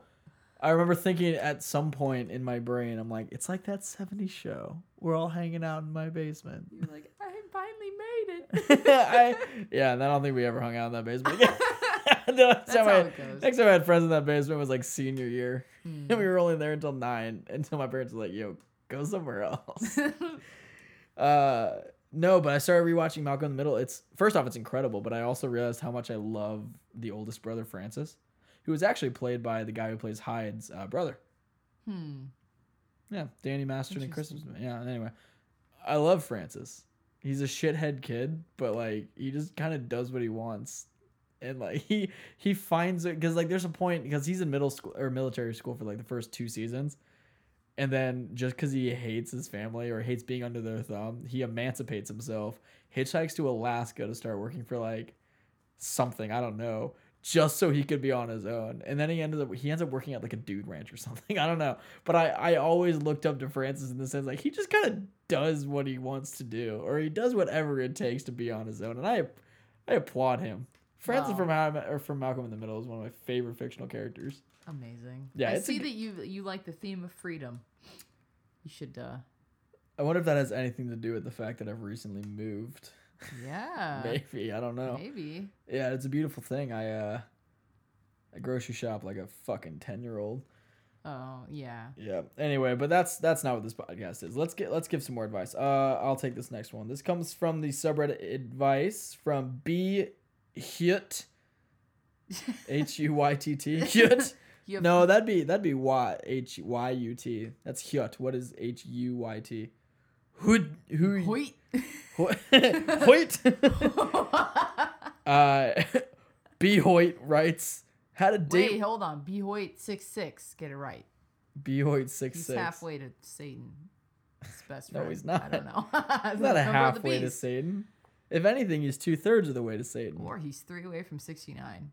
I remember thinking at some point in my brain, I'm like, it's like that 70s show. We're all hanging out in my basement. You're like, I finally made it. <laughs> <laughs> I, yeah, and I don't think we ever hung out in that basement again. <laughs> The next, time how I, it goes. Hmm. next time I had friends in that basement was like senior year, <laughs> and we were only there until nine. Until my parents were like, "Yo, go <laughs> somewhere else." <laughs> uh, no, but I started rewatching Malcolm in the Middle. It's first off, it's incredible, but I also realized how much I love the oldest brother Francis, who was actually played by the guy who plays Hyde's uh, brother. Hmm. Yeah, Danny Masterson and Chris. Interesting. Yeah, anyway. I love Francis. He's a shithead kid, but like he just kind of does what he wants. And like he he finds it cuz like there's a point cuz he's in middle school or military school for like the first two seasons. And then just cuz he hates his family or hates being under their thumb, he emancipates himself, hitchhikes to Alaska to start working for like something, I don't know, just so he could be on his own. And then he ended up he ends up working at like a dude ranch or <laughs> something. I don't know. But I I always looked up to Francis in the sense like he just kind of does what he wants to do or he does whatever it takes to be on his own. And I I applaud him. Francis Wow. from How I Met, or from Malcolm in the Middle is one of my favorite fictional characters. Amazing. Yeah, I it's a see g- that you you like the theme of freedom. You should, uh, I wonder if that has anything to do with the fact that I've recently moved. yeah, maybe. Uh, Maybe I don't know. Yeah, it's a beautiful thing. I uh, I grocery shop like a fucking ten year old. Oh yeah. Yeah. Anyway, but that's that's not what this podcast is. Let's get let's give some more advice. Uh, I'll take this next one. This comes from the subreddit advice from B <laughs> Hyut H U Y T <laughs> T Hyut. You have- No, that'd be that'd be Y H Y U T. That's Hyut. What is H U Y T? Hood who <laughs> <laughs> Hoyt. Hoyt. Hoyt. <laughs> uh, B Hoyt writes had a date. Wait, hold on. B Hoyt six six. Get it right. B Hoyt six He's six. halfway to Satan. His best No, friend. he's I not. don't <laughs> know. <laughs> He's not a halfway to Satan. If anything, he's two thirds of the way to Satan. Or he's three away from sixty nine.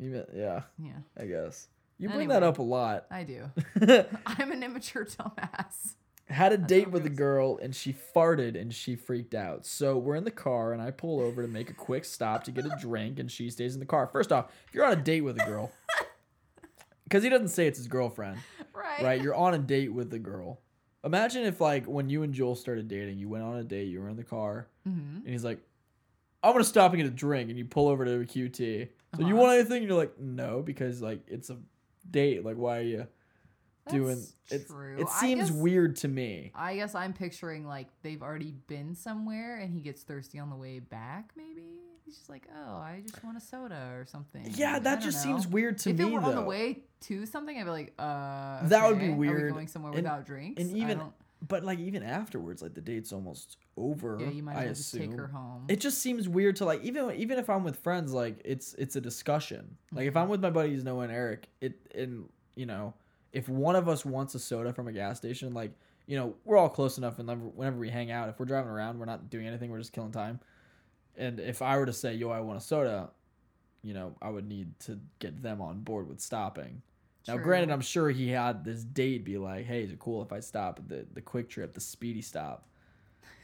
You mean- yeah, Yeah, I guess. You bring that Anyway. up a lot. <laughs> I do. <laughs> I'm an immature <laughs> dumbass. Had a date what with a goes. girl and she farted and she freaked out. So we're in the car and I pull over to make a quick stop to get a drink and she stays in the car. First off, if you're on a date with a <laughs> girl, because he doesn't say it's his girlfriend, Right. right? You're on a date with the girl. Imagine if like when you and Joel started dating, you went on a date, you were in the car, Mm-hmm. and he's like, "I'm gonna stop and get a drink," and you pull over to a QT. So Uh-huh. you want anything? And you're like, "No," because like it's a date. Like, why are you doing? That's It's, true. it I seems guess- weird to me. I guess I'm picturing like they've already been somewhere and he gets thirsty on the way back. Maybe he's just like, oh, I just want a soda or something. Yeah, Like, I that don't just know. seems weird to if me. it were on the though. way to something, I'd be like, uh, That would be okay, Are we weird. going somewhere And- without drinks? and I even- don't- but like even afterwards, like the date's almost over. yeah, you might as I well just assume. take her home. It just seems weird to like even even if I'm with friends, like it's it's a discussion. Like if I'm with my buddies Noah and Eric, it and you know, if one of us wants a soda from a gas station, like you know, we're all close enough, and whenever- whenever we hang out, if we're driving around, we're not doing anything, we're just killing time. And if I were to say, "Yo, I want a soda," you know, I would need to get them on board with stopping. Now, True. granted, I'm sure he had this date be like, "Hey, is it cool if I stop at the the quick trip, the speedy stop,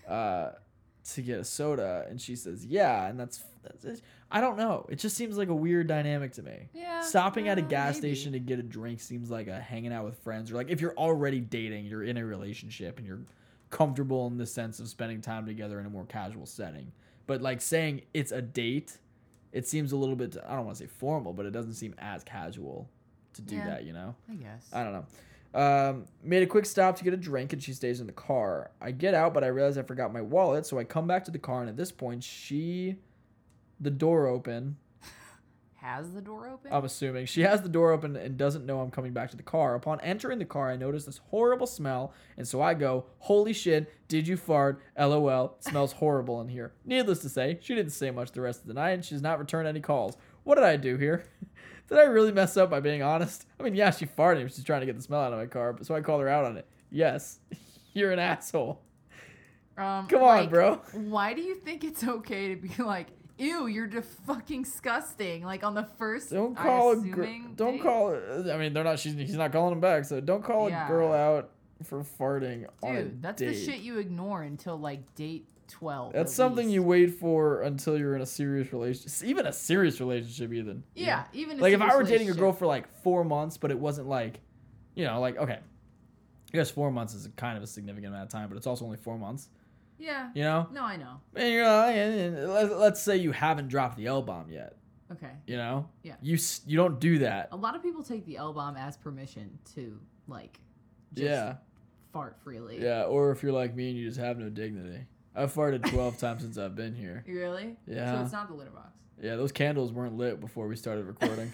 uh, to get a soda?" And she says, "Yeah," and that's, that's it. I don't know. It just seems like a weird dynamic to me. yeah, Stopping at a uh, gas maybe. station to get a drink seems like a hanging out with friends, or like if you're already dating, you're in a relationship, and you're comfortable in the sense of spending time together in a more casual setting. But like saying it's a date, it seems a little bit. I don't want to say formal, but it doesn't seem as casual to do Yeah. that. You know. I guess. I don't know. Um, made a quick stop to get a drink, and she stays in the car. I get out, but I realize I forgot my wallet, so I come back to the car, and at this point, she, the door open. Has the door open? I'm assuming she has the door open and doesn't know I'm coming back to the car. Upon entering the car, I notice this horrible smell, and so I go, "Holy shit! Did you fart? LOL. It smells horrible in here." Needless to say, she didn't say much the rest of the night, and she's not returned any calls. What did I do here? <laughs> did I really mess up by being honest? I mean, yeah, she farted. but She's trying to get the smell out of my car, but so I called her out on it. Yes, <laughs> you're an asshole. um, Come on, like, bro. Why do you think it's okay to be like, ew, you're just fucking disgusting? Like on the first. Don't I call a gr- assuming don't date? call. I mean, they're not. She's he's not calling him back. So don't call Yeah. a girl out for farting on a Dude, that's date. the shit you ignore until like date twelve. That's at something least. you wait for until you're in a serious relationship. Even a serious relationship, even. you Yeah, know? even Like if serious I were dating a girl relationship. for like four months, but it wasn't like, you know, like okay, I guess four months is kind of a significant amount of time, but it's also only four months. Yeah. <laughs> You know, No, I know. and you're like, and- and let's- let's say you haven't dropped the L bomb yet. Okay. You know. Yeah. You s- you don't do that. A lot of people take the L bomb as permission to like just Yeah. fart freely. Yeah, or if you're like me and you just have no dignity. I've farted 12 times since I've been here. Really? So Yeah. it's not the litter box. Yeah, those candles weren't lit before we <laughs> started recording.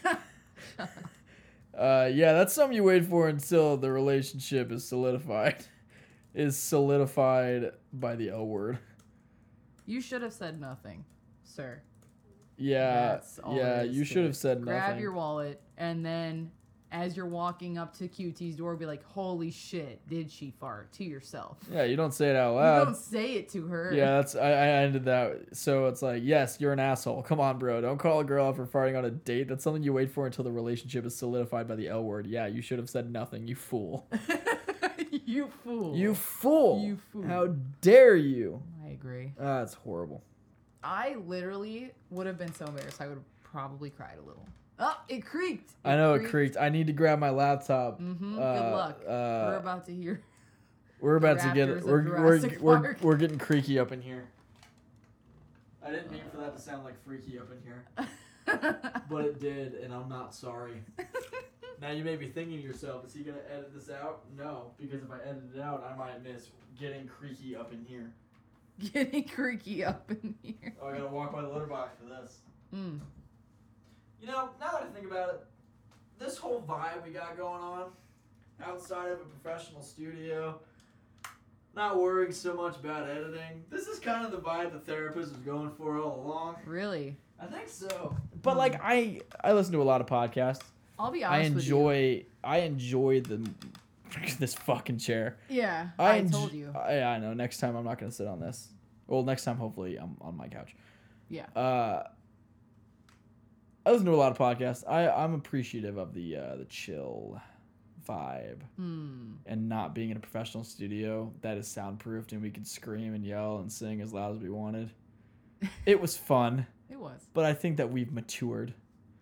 uh, yeah, that's something you wait for until the relationship is solidified. <laughs> is solidified by the L word. You should have said nothing, sir. Yeah. That's all Uh, yeah, it is you to should it. have said Grab nothing. your wallet and then as you're walking up to QT's door, be like, "Holy shit, did she fart?" to yourself. yeah, you don't say it out you loud. don't say it to her. <laughs> Uh, Yeah, that's I, I ended that. So it's like, yes, you're an asshole. Come on, bro. Don't call a girl out for farting on a date. That's something you wait for until the relationship is solidified by the L word. Yeah, you should have said nothing, you fool. <laughs> you fool. You fool. You fool. How dare you? I agree. Ah, that's horrible. I literally would have been so embarrassed. I would have probably cried a little. Oh, it creaked. I know it creaked. I need to grab my laptop. Mm-hmm. Uh, Good luck. uh, We're about to hear We're The about to raptors get of we're we're, Jurassic we're Park. we're getting creaky up in here. I didn't mean for that to sound like freaky up in here, but it did, and I'm not sorry. now you may be thinking to yourself, is he gonna edit this out? No, because if I edit it out, I might miss getting creaky up in here. <laughs> Getting creaky up in here. Oh, I gotta walk by the litter box for this. Mm. You know, now that I think about it, this whole vibe we got going on outside of a professional studio, not worrying so much about editing. This is kind of the vibe the therapist was going for all along. Really? I think so. But like I I listen to a lot of podcasts. I'll be I honest with you. enjoy I enjoy the <laughs> this fucking chair. Yeah, I, I, enj- told you. I, I know. Next time I'm not gonna sit on this. Well, next time hopefully I'm on my couch. Yeah. Uh, I listen to a lot of podcasts. I I'm appreciative of the uh, the chill vibe Hmm. and not being in a professional studio that is soundproofed and we could scream and yell and sing as loud as <laughs> we wanted. It was fun, It was. but I think that we've matured.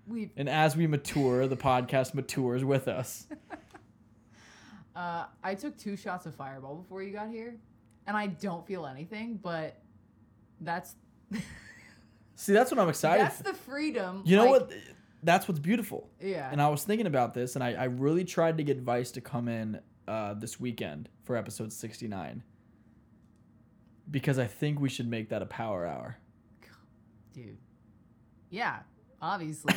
We. And as we mature, the podcast matures with <laughs> us. Uh, I took two shots of Fireball before you got here, and I don't feel anything. But that's <laughs> See, that's what I'm excited. that's for. the freedom. You know like- what? That's what's beautiful. Yeah. And I was thinking about this, and I, I really tried to get Vice to come in uh, this weekend for episode 69 because I think we should make that a power <laughs> hour. dude. Yeah, <laughs> obviously.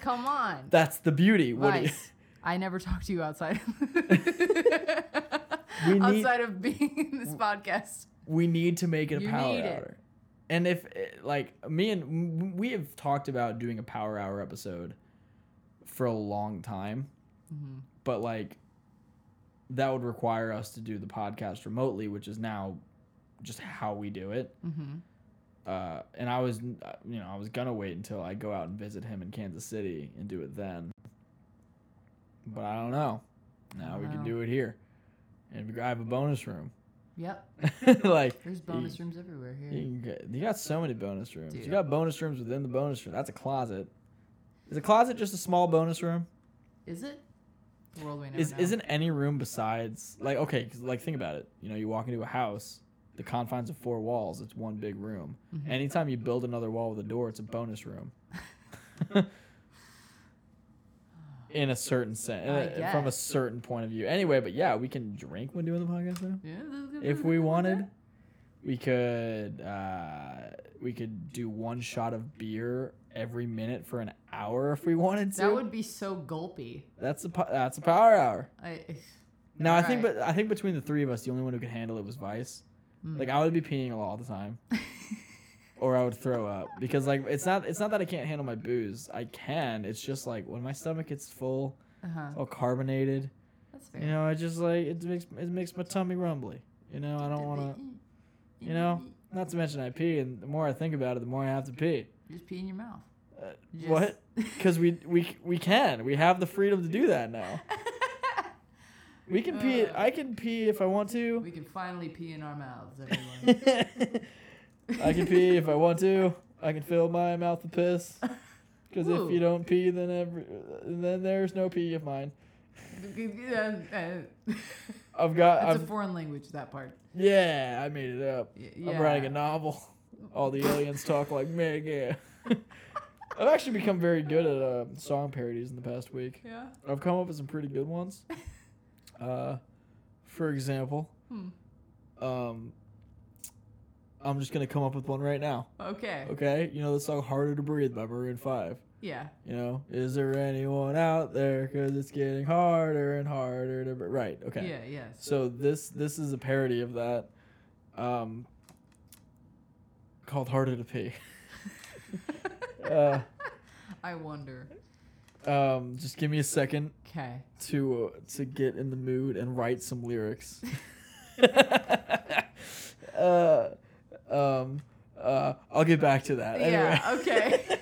Come on, That's the beauty. What do you- Vice. <laughs> I never talk to you outside. <laughs> <laughs> We need- outside of being in this podcast. <laughs> we need to make it a You power need it. hour. And if eh, like me and we have talked about doing a power hour episode for a long time, Mhm. but like that would require us to do the podcast remotely, which is now just how we do it. Mm-hmm. uh, and I was, uh, you know, I was gonna wait until I go out and visit him in Kansas City and do it then. But I don't know. Now we can Wow. do it here, and we- I have a bonus <laughs> room. <laughs> Yep. like There's bonus rooms everywhere here. you, can get- you got so many bonus rooms. You Dude. got bonus rooms within the bonus room. That's a closet. Is a closet just a small bonus room? Is it? The world we never Is know. isn't any room besides like okay, 'cause, like think about it. You know, you walk into a house, the confines of four walls. It's one big room. Mm-hmm. Anytime you build another wall with a door, it's a bonus <laughs> room. In a certain sense, I from a guess. certain point of view. Anyway, but yeah, we can drink when doing the <laughs> podcast now. Yeah, this is gonna If be we good. wanted, we could uh, we could do one shot of beer every minute for an hour if we wanted to. That would be so gulpy. that's a po- that's a power hour. I <sighs> No, I think, Right. but I think between the three of us, the only one who could handle it was Vice. Hmm. Like I would be peeing all <laughs> the time, or I would throw up because like it's not it's not that I can't handle my booze. I can. It's just like when my stomach gets full, uh-huh. all carbonated. That's fair. You know, I just like it makes it makes my tummy rumbly. You know, I don't want to. You know, not to mention I pee, and the more I think about it, the more I have to pee. <laughs> Just pee in your mouth. Uh, Just- What? <laughs> Because we we we can. We have the freedom to do <laughs> that now. We can pee. Uh. I can pee if I want <laughs> to. we can finally pee in our mouths, everyone. <laughs> I can pee if I want to. I can fill my mouth with piss. Because if Ooh. you don't pee, then every, then there's no pee of mine. Uh, <laughs> uh, I've got. That's a I've, foreign language, that part. yeah, I made it up. Y- I'm writing yeah. a novel. All the aliens talk like me. Yeah. <laughs> I've actually become very good at uh, song parodies in the past week. Yeah. I've come up with some pretty <laughs> good ones. Uh, for example, Hmm. um, I'm just gonna come up with one right now. Okay. Okay, you know the song "Harder to Breathe" by Maroon Five. Yeah. You know, is there anyone out there? Cause it's getting harder and harder to. Bre-. Right. Okay. Yeah. <laughs> Yes. So this this is a parody of that, um, called "Harder to Pee." <laughs> uh, I wonder. um, just give me a second Okay. to uh, to get in the mood and write <laughs> some lyrics. <laughs> uh, um, uh, I'll get back to that. Anyway. Yeah. Okay.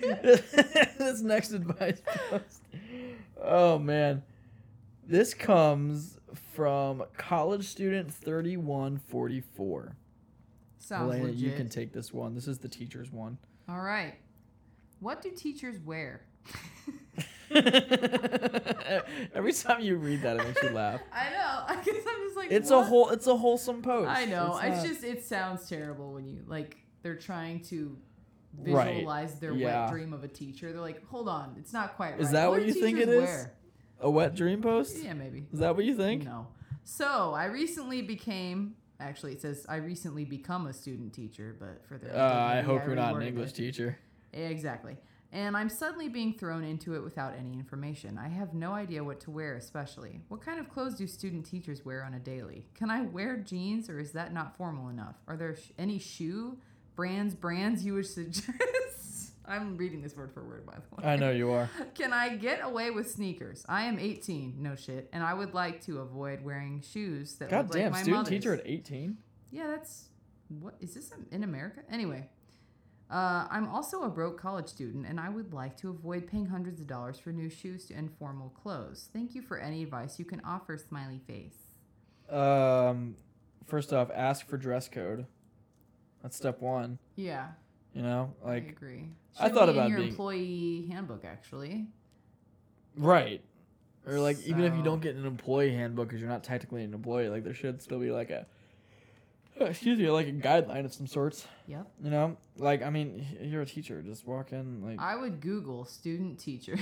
<laughs> this next advice post. Oh man. This comes from college student 3144. Sounds Elena, legit. you can take this one. <laughs> This is the teacher's one. All right. What do teachers wear? Every time you read that, it makes you laugh. <laughs> I know. <laughs> I guess I'm just like It's a what? whole. It's a wholesome post. I know. It's, not- just it sounds terrible when you like they're trying to Right. visualize their Yeah. wet dream of a teacher. They're like, hold on, it's not quite right. Is that what do you think it teachers is? wear?" a wet dream post. Yeah, maybe. Is that what you think? No. So I recently became. Actually, it says I recently become a student teacher, but for the Uh, I hope I you're not an reworded English it. teacher. Exactly. And I'm suddenly being thrown into it without any information. I have no idea what to wear, especially. What kind of clothes do student teachers wear on a daily? Can I wear jeans or is that not formal enough? Are there sh- any shoe brands brands you would suggest? <laughs> I'm reading this word for word by the way. I know you are. Can I get away with sneakers? I am 18, no shit, and I would like to avoid wearing shoes that God look <laughs> damn, like my student mother's. teacher at 18. Yeah, that's what is this in America? Anyway, uh, I'm also a broke college student, and I would like to avoid paying hundreds of dollars for new shoes and formal clothes. Thank you for any advice you can offer, smiley face. Um, first off, ask for dress code. That's step one. Yeah, You know, I like agree. I thought be in about your being- employee handbook actually. right, or like even if you So- don't get an employee handbook because you're not technically an employee, like there should still be like a uh, excuse me, like a guideline of some sorts. Yep. You know, like I mean, y- you're a teacher, just walk in like I would Google student <laughs> teacher,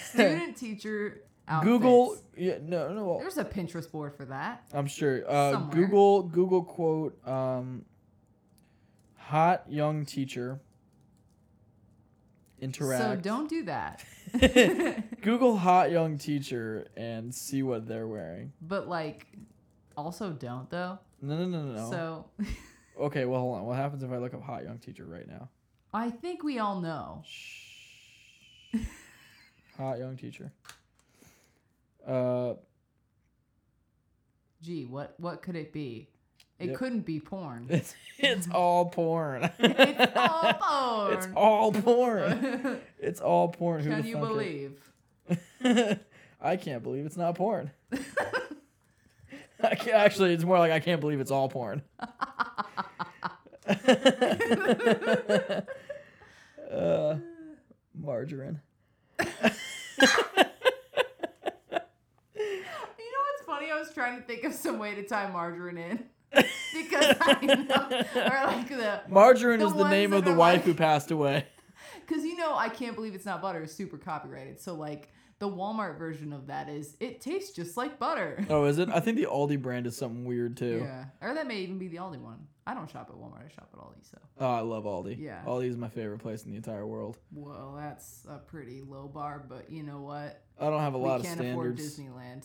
student teacher. Outfits. Google. Yeah, no, no. well, There's a Pinterest board for that. I'm sure. Uh, Somewhere. Google Google quote um, hot young teacher interact. So <laughs> don't <laughs> do that. Google hot young teacher and see what they're wearing. but like, also don't though. No, no, no, no, no. So <laughs> okay, well, hold on. What happens if I look up hot young teacher <laughs> right now? I think we all know. Shh. hot young teacher. Uh, <laughs> Gee, what what could it be? It Yep. couldn't be <laughs> porn. it's it's all porn. it's all porn. <laughs> It's all <laughs> porn. It's all porn. Who Can the you fuck it- believe? <laughs> I can't believe it's not porn. I can't, actually, it's more like I can't believe it's all porn. uh, margarine. You know what's funny? I was trying to think of some way to tie margarine in <laughs> because I know, or like the Margarine The is the ones name that of the are wife like- who passed away. because you know I can't believe it's not butter is super copyrighted. So like the Walmart version of that is it tastes just like butter. Oh, is it? I think the Aldi brand is something weird too. Yeah, or that may even be the Aldi one. I don't shop at Walmart. I shop at Aldi. So Oh, I love Aldi. Yeah. Aldi is my favorite place in the entire world. well, that's a pretty low bar, but you know what? I don't have a lot we of can't afford standards.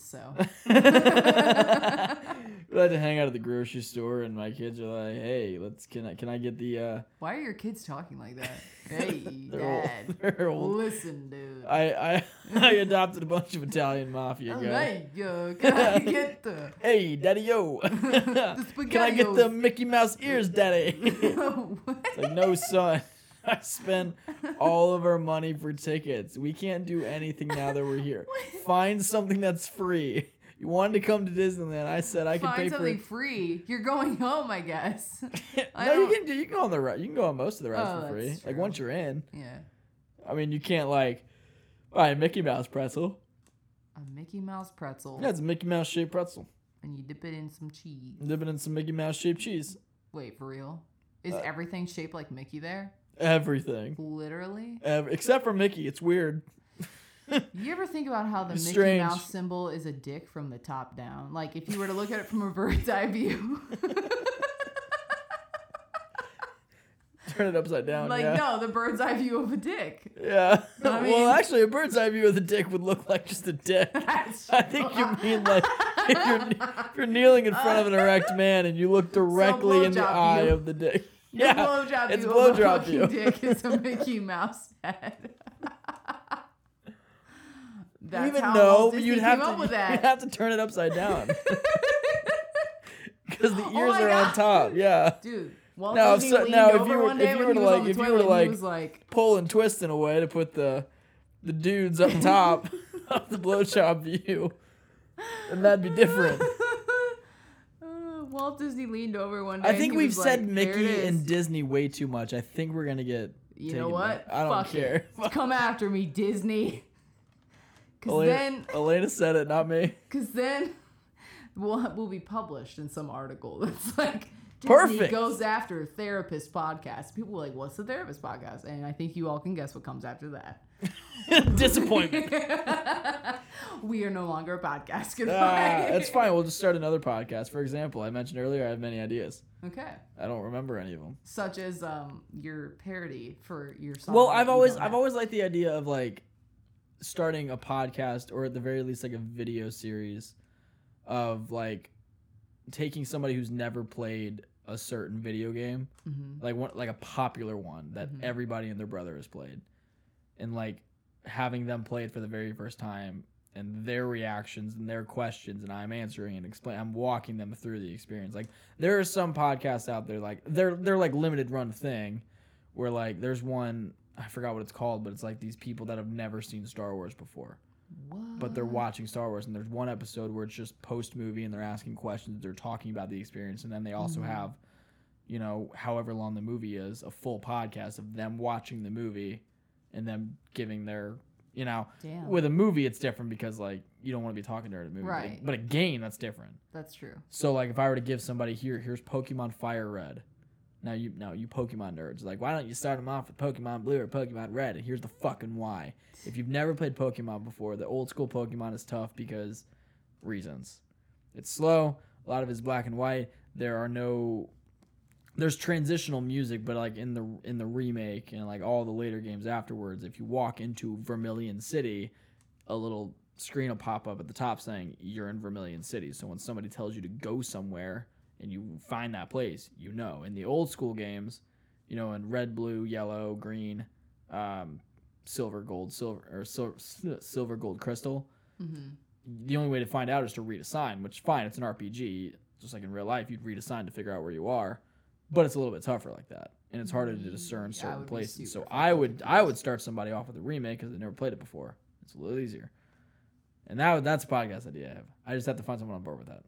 Disneyland, <laughs> so <laughs> we like to hang out at the grocery store, and my kids are like, "Hey, let's can I can I get the uh, why are your kids talking like that? Hey, <laughs> They're old. Dad, <laughs> They're old. listen, dude. I, I <laughs> I adopted a bunch of Italian mafia Oh, guys. hey, yo, can <laughs> I get the Hey, <laughs> daddy yo. <laughs> Can I get the spaghettios. Mickey Mouse <laughs> ears, daddy? It's what? like, no, son. <laughs> I spent all of our money for tickets. We can't do anything now that <laughs> we're here. Find something that's free. You wanted to come to Disneyland. I said I could pay Find for <laughs> something it. free. You're going home, I <laughs> guess. I no, you don't- can do. You can go on the ride. You can go on most of the rides Oh, for free. that's Like true. once you're in, Yeah, I mean, you can't like buy a Mickey Mouse pretzel. a Mickey Mouse pretzel, Yeah, it's a Mickey Mouse shaped pretzel. and you dip it in some cheese. Dipping in some Mickey Mouse shaped cheese. Wait, for real? Is everything shaped like Mickey there? Everything. Literally. Ev- except for Mickey. It's weird. <laughs> You ever think about how the It's Mickey strange. Mouse symbol is a dick from the top down? Like if you were to look at it from a bird's eye view. <laughs> Turn it upside down. like Oh, yeah. no, the bird's eye view of a dick. <laughs> Yeah. I mean- well, actually, a bird's eye view of the dick would look like just a dick. <laughs> That's I think you mean like <laughs> if you're, if you're kneeling in front of <laughs> an erect man and you look directly in the blowjob eye view. of the dick. The <laughs> Yeah, blowjob it's view of a blowjob fucking view. dick is <laughs> a Mickey Mouse head. <laughs> That's Even how though Walt Disney you'd have came to up with you'd <laughs> that. have to turn it upside <laughs> down <laughs> because the Oh ears my are on God. top. Yeah, Dude, Walt Now, if Disney so- leaned now, if over you were- one if day you when were he to, was on like- the if you toilet were to, and he like- was like, pull and twist in a way to put the the dudes up <laughs> top of the blowjob view, and that'd be different. <laughs> Uh, Walt Disney leaned over one day. I and think he we've was said like, "There it Mickey is." and Disney way too much. I think we're gonna get. You taken know what? <laughs> back. I don't Fuck care. <laughs> Oh, It. Come after me, Disney. Because Elena, then, Elena said it, <laughs> not me. because then, we'll will be published in some article <laughs> that's like Disney Perfect. goes after therapist podcast. People were like, "What's the therapist podcast?" And I think you all can guess what comes after that. <gasps> <laughs> Disappointment. We are no longer a podcast. <laughs> Goodbye. ah, that's fine. We'll just start another podcast. For example, I mentioned earlier I have many ideas. okay. I don't remember any of them. Such as um your parody for your song. Well, that I've you always don't I've have. always liked the idea of like starting a podcast or at the very least like a video series of like taking somebody who's never played a certain video game, like one like a popular one that everybody and their brother has played, and like having them play it for the very first time and their reactions and their questions and I'm answering and explain I'm walking them through the experience. Like there are some podcasts out there like they're they're like limited run thing where like there's one I forgot what it's called, but it's like these people that have never seen Star Wars before, What? but they're watching Star Wars, and there's one episode where it's just post movie, and they're asking questions, they're talking about the experience, and then they also have, you know, however long the movie is, a full podcast of them watching the movie, and them giving their, you know, Damn. with a movie it's different because like you don't want to be talking during the movie, but a- Right. But a game that's different. That's true. So like if I were to give somebody here, here's Pokemon Fire Red. Now you now you Pokemon nerds like why don't you start them off with Pokemon Blue or Pokemon Red? And here's the fucking why. If you've never played Pokemon before, the old school Pokemon is tough because reasons. It's slow. A lot of it's black and white. There are no there's transitional music, but like in the in the remake and like all the later games afterwards, if you walk into Vermilion City, a little screen will pop up at the top saying you're in Vermilion City. So when somebody tells you to go somewhere and you find that place, you know. In the old school games, you know, in red, blue, yellow, green, um, silver, gold, silver or silver, silver, gold, crystal. Mm-hmm. The only way to find out is to read a sign, which fine, it's an RPG. Just like in real life, you'd read a sign to figure out where you are, but it's a little bit tougher like that, and it's harder to Yeah, discern Mm, I certain would be places. super So I would I would start somebody off with a remake because they never played it before. It's a little easier. And that would- that's a podcast idea I have. I just have to find someone on board with that.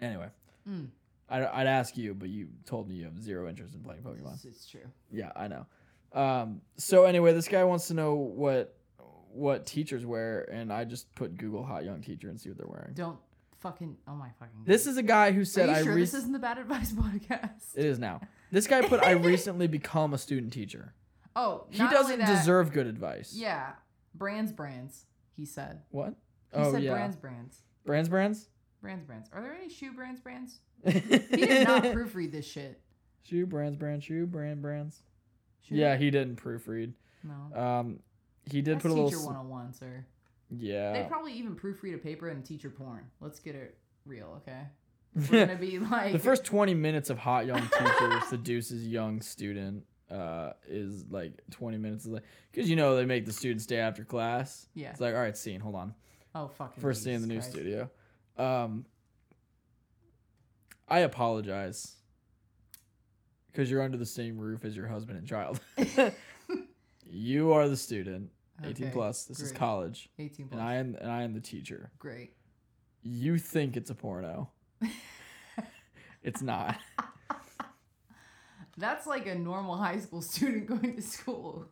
Anyway, Mm. I'd, I'd ask you, but you told me you have zero interest in playing Pokemon. It's, it's true. Yeah, I know. Um, so anyway, this guy wants to know what what teachers wear, and I just put Google hot young teacher and see what they're wearing. Don't fucking. Oh my fucking. God. This is a guy who said Are you I sure rec- this isn't the bad advice <laughs> podcast? it is now. This guy put I recently become a student teacher. Oh, He not only doesn't that- deserve good advice. Yeah, brands, brands. He said. What? He oh said yeah. brands, brands, Brands. Brands. brands, brands. Are there any shoe brands, <laughs> brands? He did not proofread this shit. shoe brands. Brands. Shoe brand. Brands. Shoe? Yeah, he didn't proofread. No. Um, he did That's put a teacher little. s- 101, sir. They Yeah. probably even proofread a paper and teacher porn. Let's get it real, okay? <laughs> We're gonna be like the first 20 minutes of hot young teacher <laughs> seduces young student uh is like 20 minutes is like because you know they make the students stay after class Yeah. it's like all right scene hold on oh fucking first scene in the new Jesus Christ. studio um i apologize because you're under the same roof as your husband and child <laughs> <laughs> you are the student 18 Okay, plus this is great. college 18 plus. and i am and i am the teacher Great. you think it's <laughs> a porno it's not That's like a normal high school student <laughs> going to school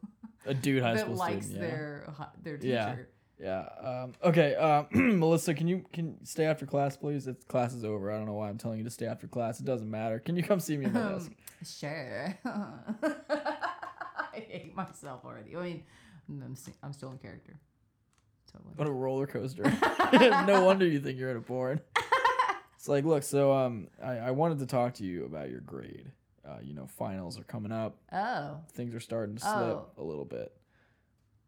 a dude high that school likes student, yeah. their hi- their teacher. Yeah. Yeah. Um, okay. Um, <clears throat> Melissa, can you can stay after class, please? It's class is over. I don't know why I'm telling you to stay after class. It doesn't matter. Can you come see me at Um. my desk? Sure. <laughs> I hate myself already. I mean, I'm, st- I'm still in character. Totally. What a <laughs> roller coaster. <laughs> no wonder you think you're in a porn. It's like, look, so um, I, I wanted to talk to you about your grade. Uh, you know, finals are coming up. Oh, Things are starting to slip Oh. a little bit.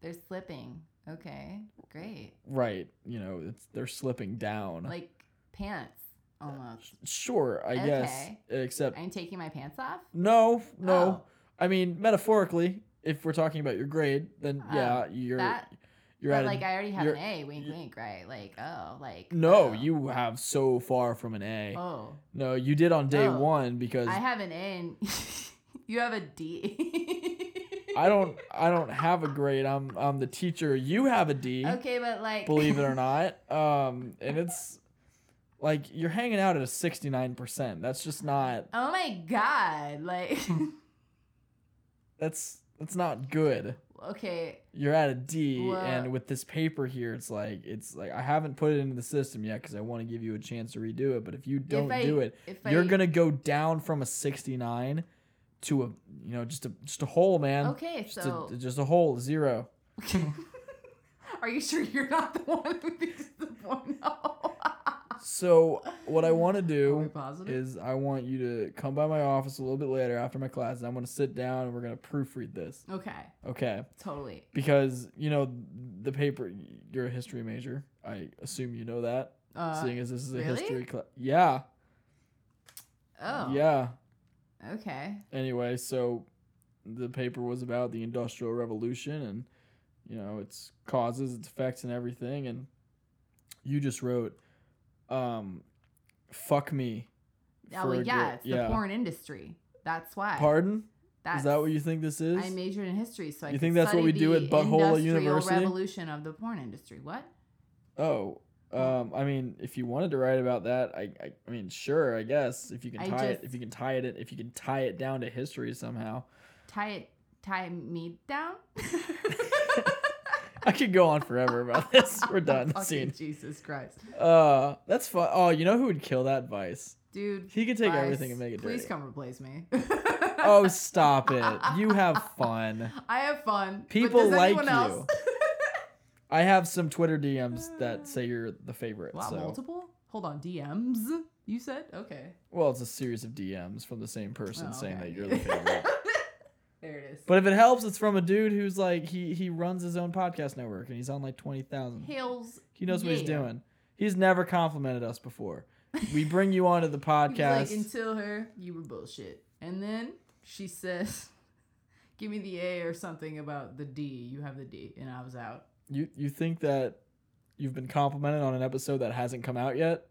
they're slipping. Okay, great. Right. You know, it's they're slipping down. Like pants almost. sure, I guess. Okay. Except I'm taking my pants off. No, no. Oh. I mean, metaphorically, if we're talking about your grade, then Oh, yeah, you're that- you're but at like a, I already have you're- an A. Wink, wink. Right? Like oh, like no. oh. You have so far from an A. Oh, No, you did on day Oh. one because I I, have an A. And <laughs> you have a D. don't <laughs> I don't have a grade. I'm I'm the teacher. You have a D. <laughs> okay, but like Believe <laughs> it or not, um, and it's like you're hanging out at a sixty nine percent. That's just not. Oh my god! Like That's That's not good. <laughs> Okay. You're at a D, Well- and with this paper here, it's like it's like I haven't put it into the system yet because I want to give you a chance to redo it. But if you don't I- do it, if you're I- gonna go down from a 69 to a you know just a just a hole, man. Okay, Just a- so- <laughs> just a hole, zero. Are you sure you're not the one who thinks the point? <laughs> No. So what I want to Are we do positive? is I want you to come by my office a little bit later after my class, and I'm gonna sit down and we're gonna proofread this. okay. Okay. Totally. Because you know the paper, you're a history major. I assume you know that, Uh, seeing as this is a really? history class. Yeah, Oh. yeah. Okay. Anyway, so the paper was about the Industrial Revolution and you know its causes, its effects, and everything. And you just wrote, um, "Fuck me." Oh, for well, a yeah, gir- it's the porn industry. That's why. Pardon? that's, is that what you think this is? I majored in history, so I You could think that's what study we do the at Butthole industrial University? Revolution of the porn industry. What? oh, um, I mean, if you wanted to write about that, I, I, I mean, sure, I guess if you can I tie it, just- if you can tie it, if you can tie it down to history somehow, Tie it, tie me down. <laughs> I could go on forever about <laughs> this. We're done. Oh, Fucking Scene. Jesus Christ, Uh, that's fun. Oh, you know who would kill that Vice? dude. He could take Bryce, everything and make it Please dirty. come <laughs> replace me. Oh, stop it! You have fun. I have fun. but People does like anyone <laughs> else? I have some Twitter DMs <laughs> that say you're the favorite. wow, so. multiple. Hold on, DMs. You said okay. Well, it's a series of DMs from the same person Oh, saying okay. that you're the favorite. <laughs> There it is. But if it helps, it's from a dude who's like he he runs his own podcast network and he's on like twenty thousand. Hails. He knows what he's yeah. doing. He's never complimented us before. We bring you <laughs> onto the He was podcast. Like, until her, you were bullshit. And then she says, <laughs> give me the A or something about the D. You have the D. And I was out. you you think that you've been complimented on an episode that hasn't come out yet?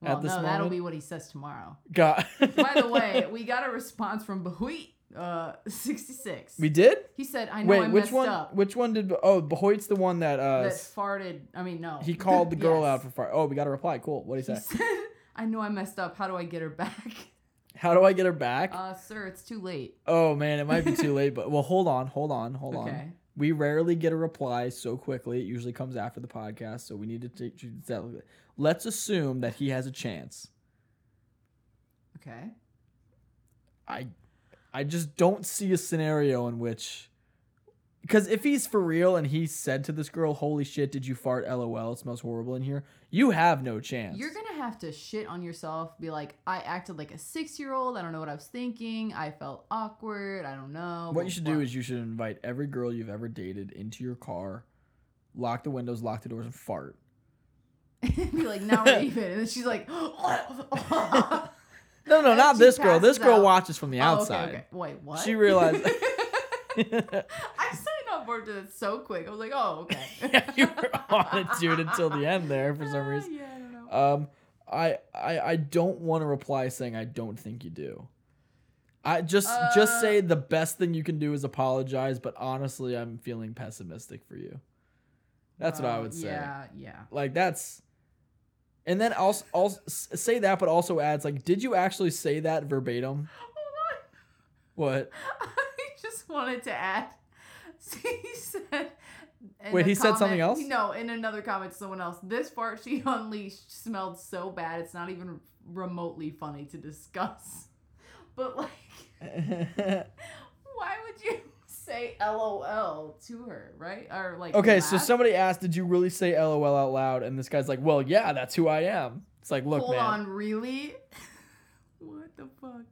Well, At this no, that'll moment? be what he says tomorrow. God. <laughs> By the way, we got a response from Bahuit, uh, 66. <laughs> we did. he said, I know I Wait, which messed one? up. Which one did? Oh, Behoit's the one that uh that s- farted. I mean, no. he <laughs> called the girl Yes. out for fire. Oh, we got a reply. Cool. What do you He say? said, <laughs> I know I messed up. How do I get her back? <laughs> How do I get her back? Uh, sir, it's too late. Oh man, it might <laughs> be too late, but well, hold on, hold on, hold Okay. on. We rarely get a reply so quickly. It usually comes after the podcast, so we need to take. to settle it. Let's assume that he has a chance. Okay. I, I just don't see a scenario in which, because if he's for real and he said to this girl, "Holy shit, did you fart? LOL, it smells horrible in here." You have no chance. You're gonna have to shit on yourself. Be like, I acted like a six year old. I don't know what I was thinking. I felt awkward. I don't know. What you should do is you should invite every girl you've ever dated into your car, lock the windows, lock the doors, and fart. <laughs> be like, now <laughs> we're even. And then she's like, <laughs> oh, No, no, And not she this girl. passes This girl out. Oh, watches from the okay, outside. okay. Wait, what? She <laughs> realized- <laughs> I signed on board to this so quick. I was like, oh, <laughs> okay. you were on it, dude, <laughs> until the end there for some Ah, reason. Yeah, I don't know. Um, I I, I don't want to reply saying I don't think you do. I just just Uh, say the best thing you can do is apologize, but honestly, I'm feeling pessimistic for you. That's what I Um, would say. Yeah, yeah. Like that's and then also, also s- say that but also adds like did you actually say that verbatim? Hold on. What? <laughs> <laughs> I just wanted to add. <laughs> So he said. in Wait, a he said something else? No, in another comment, someone else. This part she <laughs> unleashed smelled so bad, it's not even remotely funny to discuss. <laughs> But, like, why would you <laughs> say LOL to her, right? Or, like, Okay, so laugh? somebody asked, "Did you really say LOL out loud?" And this guy's like, "Well, yeah, that's who I am." It's like, look, Hold man, on, really? <laughs> what the fuck?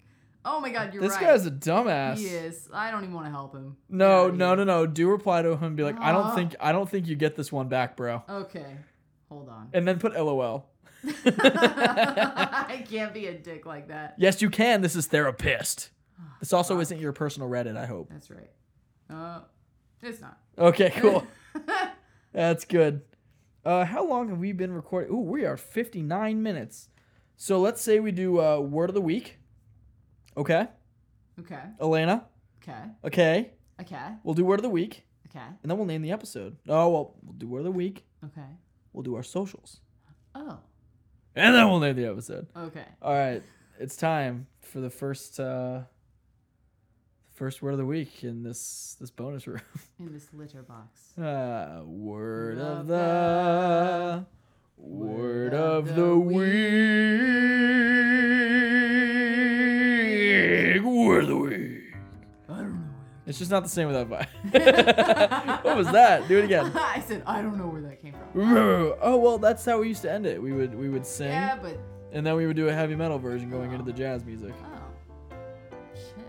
Oh my god, you're this right. guy's a dumbass. He is. I don't even want to help him. No, Get no, outta no, here. no. Do reply to him and be like, "I don't Ah. think, I don't think you get this one back, bro." Okay, hold on. And then put LOL. I can't be a dick like that. Yes, you can. This is therapist. This also isn't your personal Reddit. I hope. That's right. Uh, it's not. Okay, cool. That's good. Uh, how long have we been recording? Ooh, we are 59 minutes. So let's say we do uh, word of the week. Okay, <laughs> Okay. Elena. Okay. Okay, Okay. we'll do word of the week. Okay. and then we'll name the episode. Oh well, we'll do word of the week. Okay. We'll do our socials, Oh. and then we'll name the episode. Okay. All right, it's time for the first uh, First word of the week in this this bonus room. <laughs> in this litter box. Uh, word of Of the word of the week. Word of the week. I don't know. It's just not the same without <laughs> vibe. what was that? Do it again. <laughs> <laughs> I said I don't know where that came from. Oh well, that's how we used to end it. We would we would sing, Yeah, but and then we would do a heavy metal version going into the jazz music. oh shit.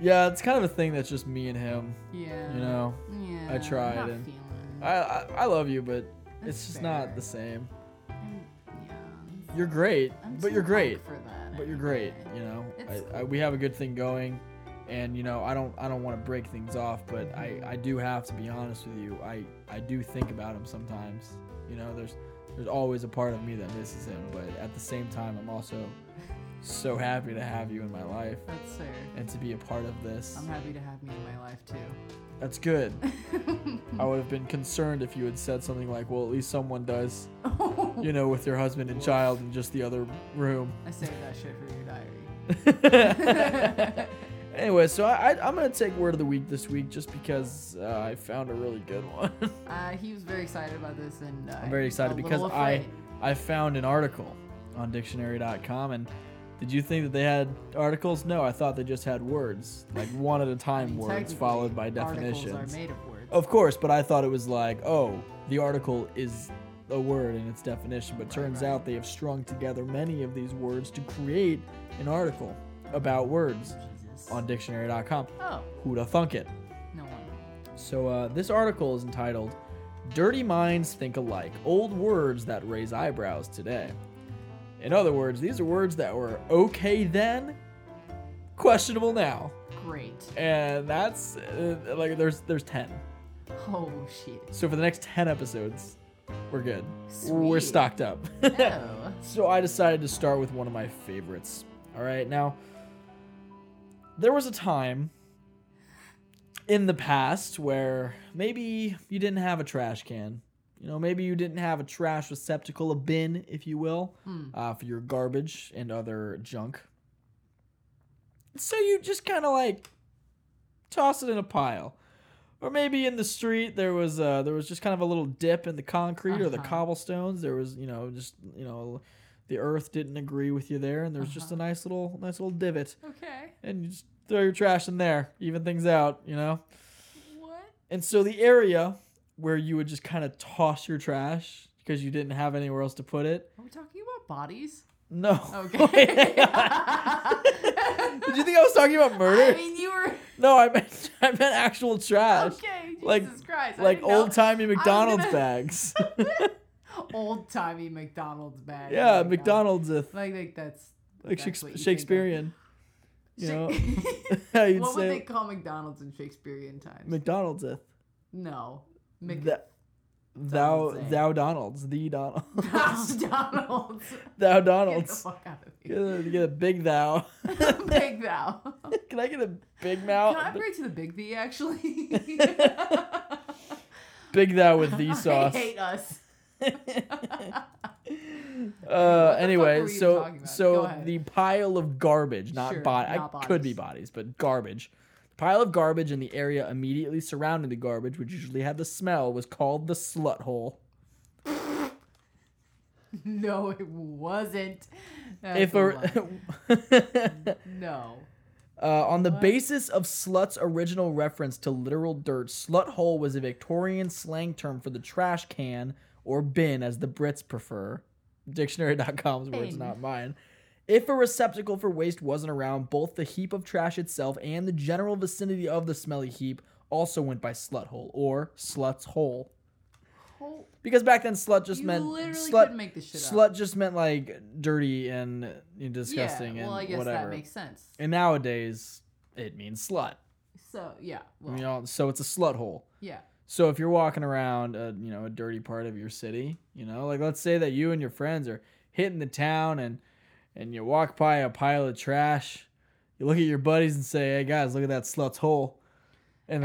Yeah, it's kind of a thing that's just me and him. Yeah. You know, Yeah. I tried Not and- feeling. I I, I love you, but it's That's just fair. not the same. I'm- yeah. I'm- You're great, I'm but too you're great. punk For that. But you're great. anyway. You know, It's I, I, we have a good thing going, and you know, I don't I don't want to break things off, but I Mm-hmm. I do have to be honest with you. I I do think about him sometimes. You know, there's there's always a part of me that misses him, but at the same time, I'm <laughs> also so happy to have you in my life That's fair. and to be a part of this. I'm happy to have me in my life too. That's <laughs> good. I would have been concerned if you had said something like, "Well, at least someone does," <laughs> you know, with your husband and child in just the other room. <laughs> I saved that shit for your diary. <laughs> Anyway, so I, I, I'm gonna take word of the week this week just because uh, I found a really good one. <laughs> Uh, he was very excited about this, and uh, I'm very a excited because little I afraid. I found an article on Dictionary.com and. Did you think that they had articles? No, I thought they just had words, like one at a I time mean, words technically, followed by articles definitions. Oh. Are made of words. Of course, but I thought it was like, oh, the article is a word in its definition, but turns right. out they have strung together many of these words to create an article about words Jesus. on dictionary.com. oh, Who'da thunk it? no one. So uh, this article is entitled "Dirty Minds Think Alike: Old Words That Raise Eyebrows Today." In other words, these are words that were okay then, questionable now, Great. and that's uh, like there's there's ten. Oh <laughs> shit. So for the next ten episodes, we're good. We're Sweet. stocked up. <laughs> No. So I decided to start with one of my favorites. All right, now there was a time in the past where maybe you didn't have a trash can. You know, maybe you didn't have a trash receptacle, a bin, if you will, uh, for your garbage and other junk. So you just kind of like toss it in a pile. Or maybe in the street there was uh, there was just kind of a little dip in the concrete or the Uh-huh. cobblestones. There was you know just you know the earth didn't agree with you there, and there was just Uh-huh. a nice little nice little divot, okay. and you just throw your trash in there, even things out, you know. What? And so the area where you would just kind of toss your trash because you didn't have anywhere else to put it. Are we talking about bodies? No. <laughs> <laughs> Okay. <laughs> Did you think I was talking about I murder? mean, you were No, I meant I meant actual trash. okay. Jesus Like- Christ. I Like didn't know. old timey McDonald's gonna- <laughs> Oh bags. old timey McDonald's bag. yeah, Like, uh, McDonald's uh, Like, like that's like that's what you think Shakespeare of. Shakespearean. <laughs> You know, <laughs> Shak- you'd what say would they call McDonald's in Shakespearean times? McDonald's. uh, no. Mc- Th- thou Donald's, eh? thou Donald's the Donald <laughs> <laughs> McDonald's. thou Get the <laughs> Donald's. fuck out of Get here. a, get a big thou. <laughs> <laughs> Big Val. Can I get a big Can mouth? I upgrade to the Big V <laughs> actually? Big <laughs> thou with the I sauce. hate us. <laughs> <laughs> Uh, fuck were anyway, you so talking about? Go so ahead. the pile of garbage, not, Sure, bod- I not could be bodies. bodies, but garbage. The pile of garbage in the area immediately surrounding the garbage, which usually had the smell, was called the slut hole. No, it wasn't. That's if <laughs> lie. a, <laughs> <laughs> no. Uh, on the basis of slut's original reference to literal dirt, slut hole was a Victorian slang term for the trash can or bin, as the Brits prefer. Dictionary.com's words, Bin. not mine. If a receptacle for waste wasn't around, both the heap of trash itself and the general vicinity of the smelly heap also went by slut hole or slut's hole. Whole- Because back then, slut just You meant literally slut. couldn't make this shit up. slut just meant like dirty and you know, disgusting yeah, well, and I guess whatever. that makes sense. And nowadays, it means slut. So yeah, well, You know, so it's a slut hole. yeah, So if you're walking around, a, you know, a dirty part of your city, you know, like let's say that you and your friends are hitting the town and and you walk by a pile of trash, you look at your buddies and say, "Hey guys, look at that slut's hole." And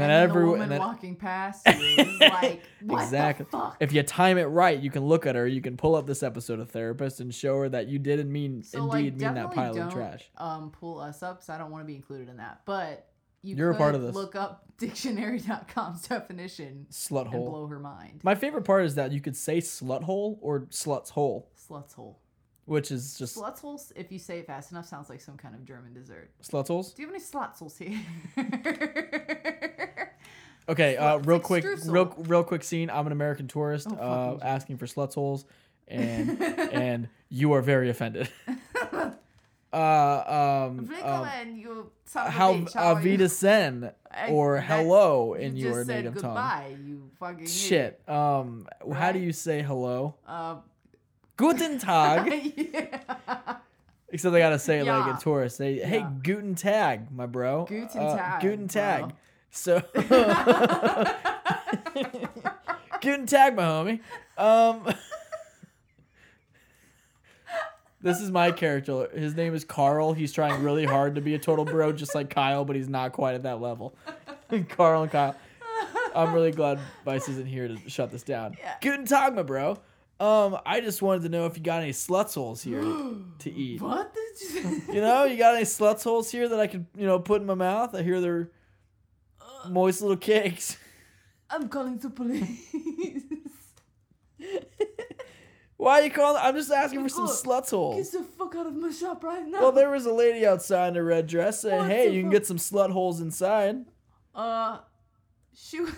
And then then the everyone woman and then walking past you <laughs> is like, what exactly. the fuck? If you time it right, you can look at her. You can pull up this episode of Therapist and show her that you didn't mean so like, indeed mean definitely that pile don't of trash. um pull us up, so I don't want to be included in that. But you You're a could part of this. look up <laughs> dictionary.com's definition Slut and hole. blow her mind. My favorite part is that you could say slut hole or sluts hole, Slut's hole. which is just Slut's holes, if you say it fast enough, sounds like some kind of German dessert. sluts holes. Do you have any slut's holes <laughs> here? Okay, uh, Slut- real it's like quick, streusel. real real quick scene. I'm an American tourist Oh, uh, fucking shit. asking for sluts holes, and <laughs> and you are very offended. uh, um, um, Willkommen, you son of a how bitch, how are you? avida sen I- or that- hello in you just your said native tongue. goodbye, You fucking idiot. Shit. Um, how do Right? you say hello? Uh, Guten Tag. <laughs> yeah. Except they gotta say it like Yeah. a tourist. They hey Yeah. Guten Tag, my bro. Guten Uh, Tag, Guten Tag. bro. <laughs> So Guten Tag, my homie. Um, this is my character. His name is Carl. He's trying really hard to be a total bro, just like Kyle, but he's not quite at that level. <laughs> Carl and Kyle. I'm really glad Vice isn't here to shut this down. Yeah. Guten Tag, my bro. Um, I just wanted to know if you got any sluts <gasps> holes here to eat. What did you? <laughs> You know, you got any sluts holes here that I could, you know, put in my mouth? I hear they're moist little cakes. <laughs> I'm calling the police. Why are you calling? I'm just asking for some Look, Get sluts holes. the fuck out of my shop right now. Oh. Well, there was a lady outside in a red dress saying, What "Hey, the you can fuck? get some slut holes inside." uh, shoot.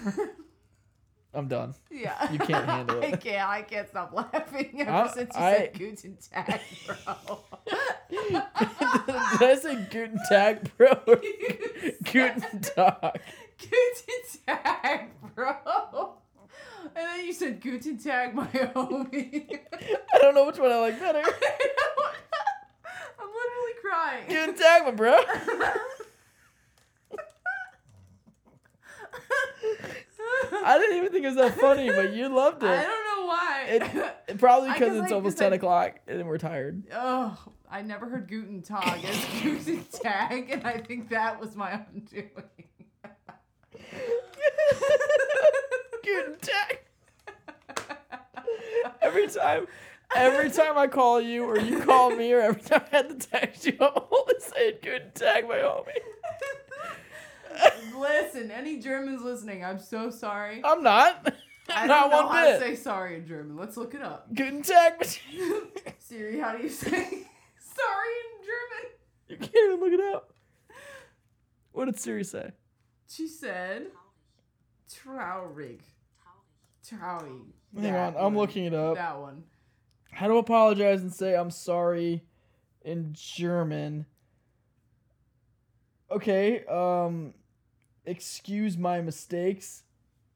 <laughs> I'm done. <laughs> yeah. You can't handle <laughs> I it. can't. I can't stop laughing ever I- since you said I- Guten Tag, bro. <laughs> Did I say Guten Tag, bro? <laughs> Or Guten Tag. Guten Tag, bro. And then you said Guten Tag, my <laughs> homie. I don't know which one I <laughs> like better. I'm literally crying. <laughs> Guten Tag, my bro. I didn't even think it was that funny, but you loved I don't it. know why. It, probably I because can, it's like, almost 'cause I- ten o'clock and we're tired. oh, I never heard Guten Tag <laughs> as Guten Tag, and I think that was my <laughs> undoing. Guten Tag. Every time, every time I call you or you call me or every time I had to text you, I'm always saying Guten Tag, my homie. Listen, any Germans listening, I'm so sorry. I'm not. I I'm don't Uh, not know how one to bit. say sorry in German. Let's look it up. <laughs> Guten Tag. But <laughs> Siri, how do you say <laughs> sorry in German? you can't even look it up. What did Siri say? She said traurig. Traurig. Hang on, I'm looking it up. That one. How to apologize and say I'm sorry in German. Okay, um excuse my mistakes.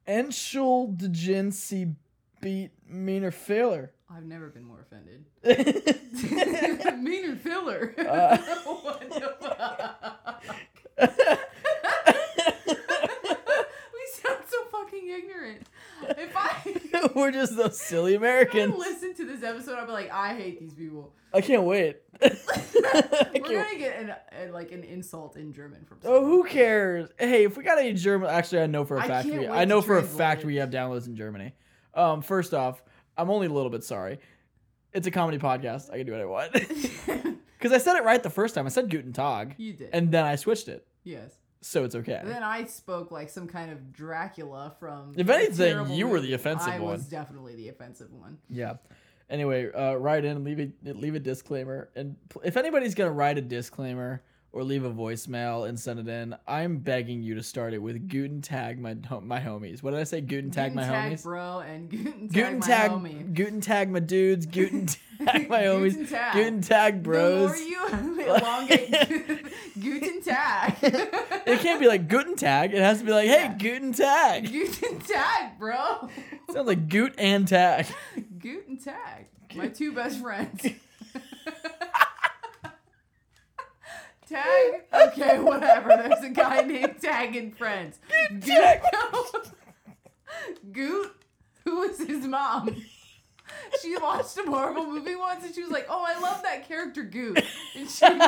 Entschuldigen Sie beat meaner <laughs> failure. I've never been more offended. <laughs> I Meaner filler. <laughs> Uh. What the fuck? <laughs> we sound so fucking ignorant. If <laughs> I, We're just those silly if I Americans. listen to this episode, I'll be like, I hate these people. I can't wait. <laughs> I We're can't- gonna get an, a, like an insult in German from. Oh, someone. who cares? Hey, if we got any German, actually, I know for a I fact can't we, wait I know to for a translate fact it. we have downloads in Germany. Um, first off, I'm only a little bit sorry. It's a comedy podcast. I can do what I want <laughs> because I said it right the first time. I said Guten Tag, <laughs> you did. and then I switched it, yes. so it's okay. And then I spoke like some kind of Dracula from. If the anything, terrible you were movie. the offensive I one. was definitely the offensive one. Yeah. Anyway, uh, write in, leave a leave a disclaimer, and pl- if anybody's gonna write a disclaimer or leave a voicemail and send it in, I'm begging you to start it with Guten Tag, my ho- my homies. What did I say? Guten Tag, Guten my Tag, homies. bro, and <laughs> Guten Tag, Guten my Tag, homie. Guten Tag, my <laughs> dudes. Guten Tag, my homies. Guten Tag. Guten Tag, bros. The more you <laughs> elongate <laughs> Guten Tag. <laughs> it can't be like Guten Tag. It has to be like, hey, Yeah. Guten Tag. Guten Tag, bro. Sounds like Gut and Tag. Guten Tag. My two best <laughs> friends. Tag? Okay, whatever. There's a guy named Tag in Friends. Goot. Tag. <laughs> Goot? Who is his mom? She watched a Marvel movie once and she was like, oh, I love that character Goot. And she <laughs> <sighs> named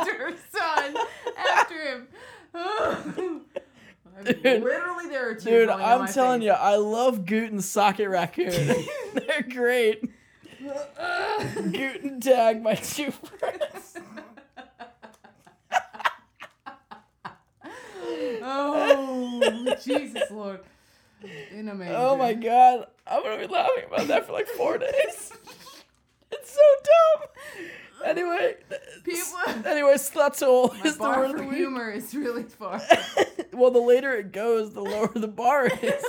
her son after him. I'm Dude. Literally, there are tears Dude, rolling I'm telling you, I love Goot and <laughs> Socket Raccoon. <laughs> They're great. you. <laughs> Goot and Tag, my <laughs> two friends. oh, Jesus Lord. In a man. Oh my god, I'm gonna be laughing about that for like <laughs> four days. It's so dumb. Anyway, People- Anyway, Slutzhole My is the bar word of for the week. humor is really far. <laughs> well, the later it goes, the lower the <laughs> bar is.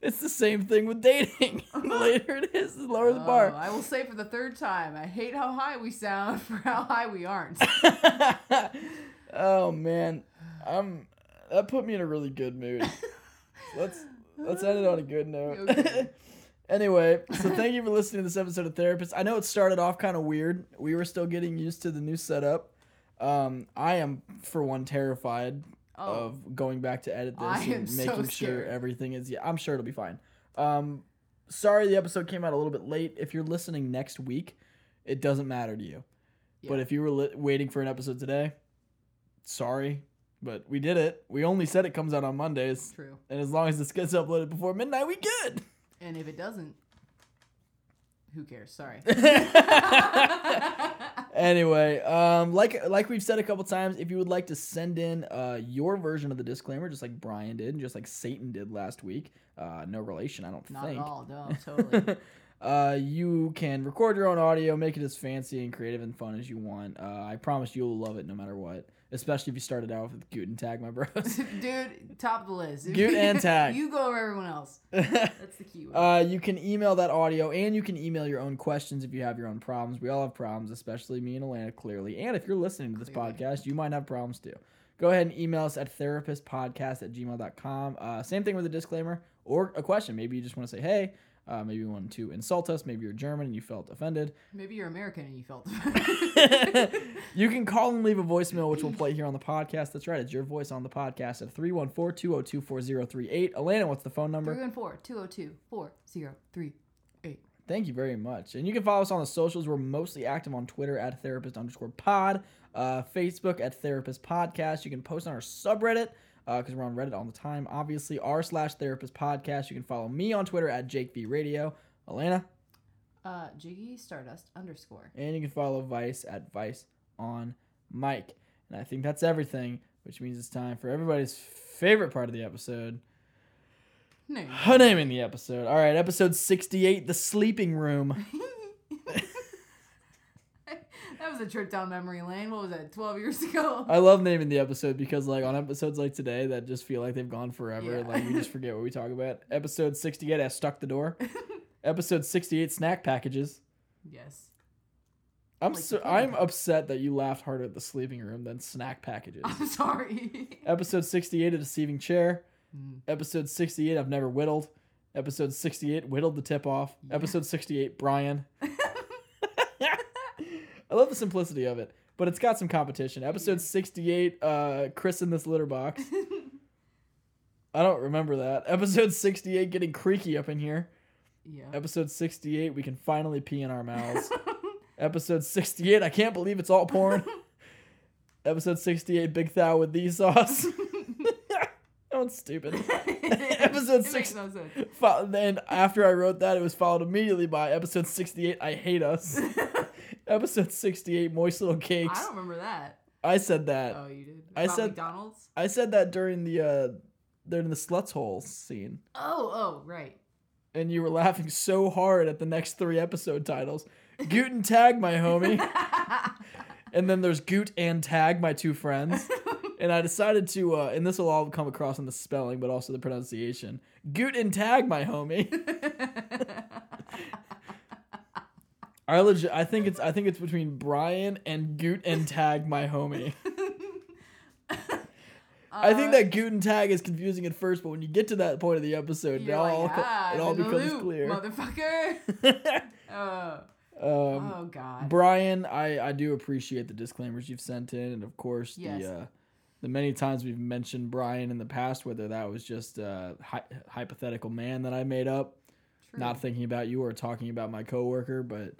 It's <laughs> the same thing with dating. <laughs> the later it is, the lower the Oh, bar. I will say for the third time, I hate how high we sound <laughs> for how high we <laughs> aren't. oh man, I'm. That put me in a really good <laughs> mood. let's let's end it on a good note. Okay. <laughs> anyway, so thank you for listening to this episode of Therapist. I know it started off kind of weird. We were still getting used to the new setup. Um, I am for one terrified Oh. of going back to edit this I and am so making sure scared. everything is. Yeah, I'm sure it'll be fine. Um, sorry the episode came out a little bit late. If you're listening next week, it doesn't matter to you. But Yeah. if you were li- waiting for an episode today, sorry, but we did it. We only said it comes out on Mondays, True. and as long as this gets uploaded before midnight, we good. <laughs> And if it doesn't, who cares? <laughs> Sorry. anyway, um, like like we've said a couple times, if you would like to send in uh, your version of the disclaimer, just like Brian did, and just like Satan did last week, uh, no relation, I don't Not think. at all. No, <laughs> totally. uh, you can record your own audio, make it as fancy and creative and fun as you want. Uh, I promise you'll love it no matter what, especially if you started out with Guten Tag, my bros. <laughs> Dude, top of the list. Goot and tag. You <laughs> go over everyone <laughs> else. That's the key word. Uh, you can email that audio and you can email your own questions if you have your own problems. We all have problems, especially me and Alana, clearly. And if you're listening to this Clearly. podcast, you might have problems too. Go ahead and email us at therapistpodcast at gmail.com. Uh, same thing with a disclaimer or a question. Maybe you just want to say, hey, uh, maybe you want to insult us. Maybe you're German and you felt offended. Maybe you're American and you <laughs> felt. <laughs> you can call and leave a voicemail, which we'll play here on the podcast. That's right. It's your voice on the podcast at 314 202 4038. Alana, what's the phone number? 314 202 4038. Thank you very much. And you can follow us on the socials. We're mostly active on Twitter at therapist underscore pod, uh, Facebook at therapist podcast. You can post on our subreddit because we're on Reddit all the time. Obviously, r slash therapist podcast. You can follow me on Twitter at Jake V Radio, Elena, Uh, Jiggy Stardust underscore. <laughs> and you can follow Vice at Vice on Mike. And I think that's everything, which means it's time for everybody's favorite part of the episode. No. Her name in the episode. All right, episode 68, The Sleeping Room. <laughs> that was a trip down memory lane. What was that? Twelve years ago. I love naming the episode because like on episodes like today that just feel like they've gone forever. Yeah. and Like we just forget what we <laughs> talk about. Episode sixty eight, I stuck the door. episode sixty eight, snack packages. yes. I'm Like so the candy I'm bar. upset that you laughed harder at the sleeping room than snack packages. <laughs> I'm sorry. <laughs> episode sixty eight, a deceiving chair. Mm. Episode sixty eight, I've never whittled. Episode sixty eight, whittled the tip off. Episode sixty eight, Brian. I love the simplicity of it, but it's got some competition. Episode 68, uh, Chris in this litter box. I don't remember that. Episode 68, getting creaky up in here. yeah. Episode 68, we can finally pee in our mouths. Episode 68, I can't believe it's <laughs> all porn. Episode 68, Big Thou with <laughs> the sauce. that one's stupid. <laughs> <laughs> Episode It six- Makes no sense. Fo- Then after I wrote that, it was followed immediately by episode 68, I <laughs> hate us. episode 68, moist little I cakes. don't remember that. I said that. Oh, you did. I About said- McDonald's. I said that during the uh during the sluts hole scene. Oh, oh, right. And you were laughing so hard at the next three episode titles. Goot and tag my <laughs> homie. and then there's Goot and Tag, my <laughs> two friends. And I decided to uh and this will all come across in the spelling, but also the pronunciation. Goot and tag <laughs> my homie. I legit I think it's I think it's between Brian and Goot and Tag <laughs> my homie. I think Uh, that Goot and Tag is confusing at first, but when you get to that point of the episode, it You're all like, co- ah, it all I'm in the becomes loop, clear. motherfucker. <laughs> oh, um, oh God. Brian, I, I do appreciate the disclaimers you've sent in, and of course Yes. the uh, the many times we've mentioned Brian in the past, whether that was just a hy- hypothetical man that I made up, True. not thinking about you or talking about my coworker, but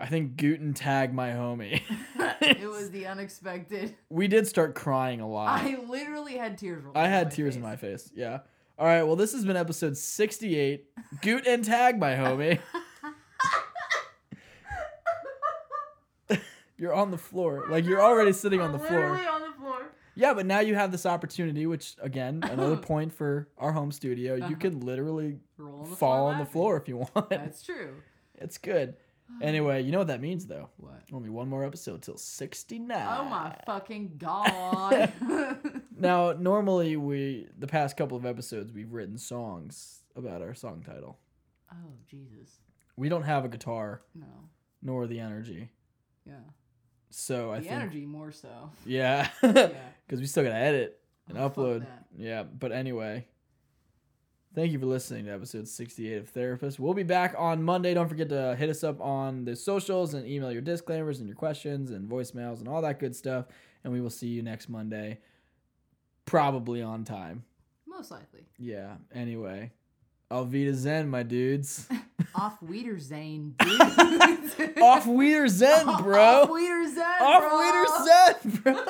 I think Guten Tag, my homie. <laughs> it was the unexpected. we did start crying a lot. I literally had tears. rolling I down had my tears in face. my face. Yeah. All right. Well, this has been episode 68. Goot and tag, my homie. <laughs> you're on the floor. Like, you're already sitting on the floor. Literally on the floor. Yeah, but now you have this opportunity, which, again, <laughs> another point for our home studio. You could literally Roll on Uh-huh. the fall floor on the laughing. floor if you want. That's true. <laughs> It's good. Anyway, you know what that means, though. What? Only one more episode till 69. Oh my Uh. fucking <laughs> god. <laughs> Oh, Now, normally we the past couple of episodes we've written songs about our song title. oh Jesus. We don't have a guitar No. nor the energy. Yeah. So I The think energy more <laughs> so. yeah. Yeah. Cuz we still got to edit and Oh, fuck upload. that. Yeah, but anyway. Thank you for listening to episode 68 of Therapist. We'll be back on Monday. Don't forget to hit us up on the socials and email your disclaimers and your questions and voicemails and all that good stuff. And we will see you next Monday, probably on time. Most likely. Yeah. Anyway, Alvita Zen, my dudes. Off Weeder <laughs> Zane, dude. Off Weeder <laughs> Zen, Off bro. Weeder Zane. bro. Off Weeder Zen, bro.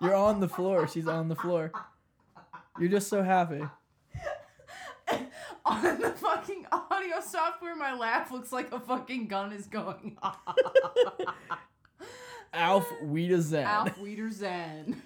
You're on the floor. She's on the floor. You're just so happy. <laughs> on the fucking audio software, my laugh looks like a fucking gun is going off. Alf Weeder Zen. Alf Weeder's Zen.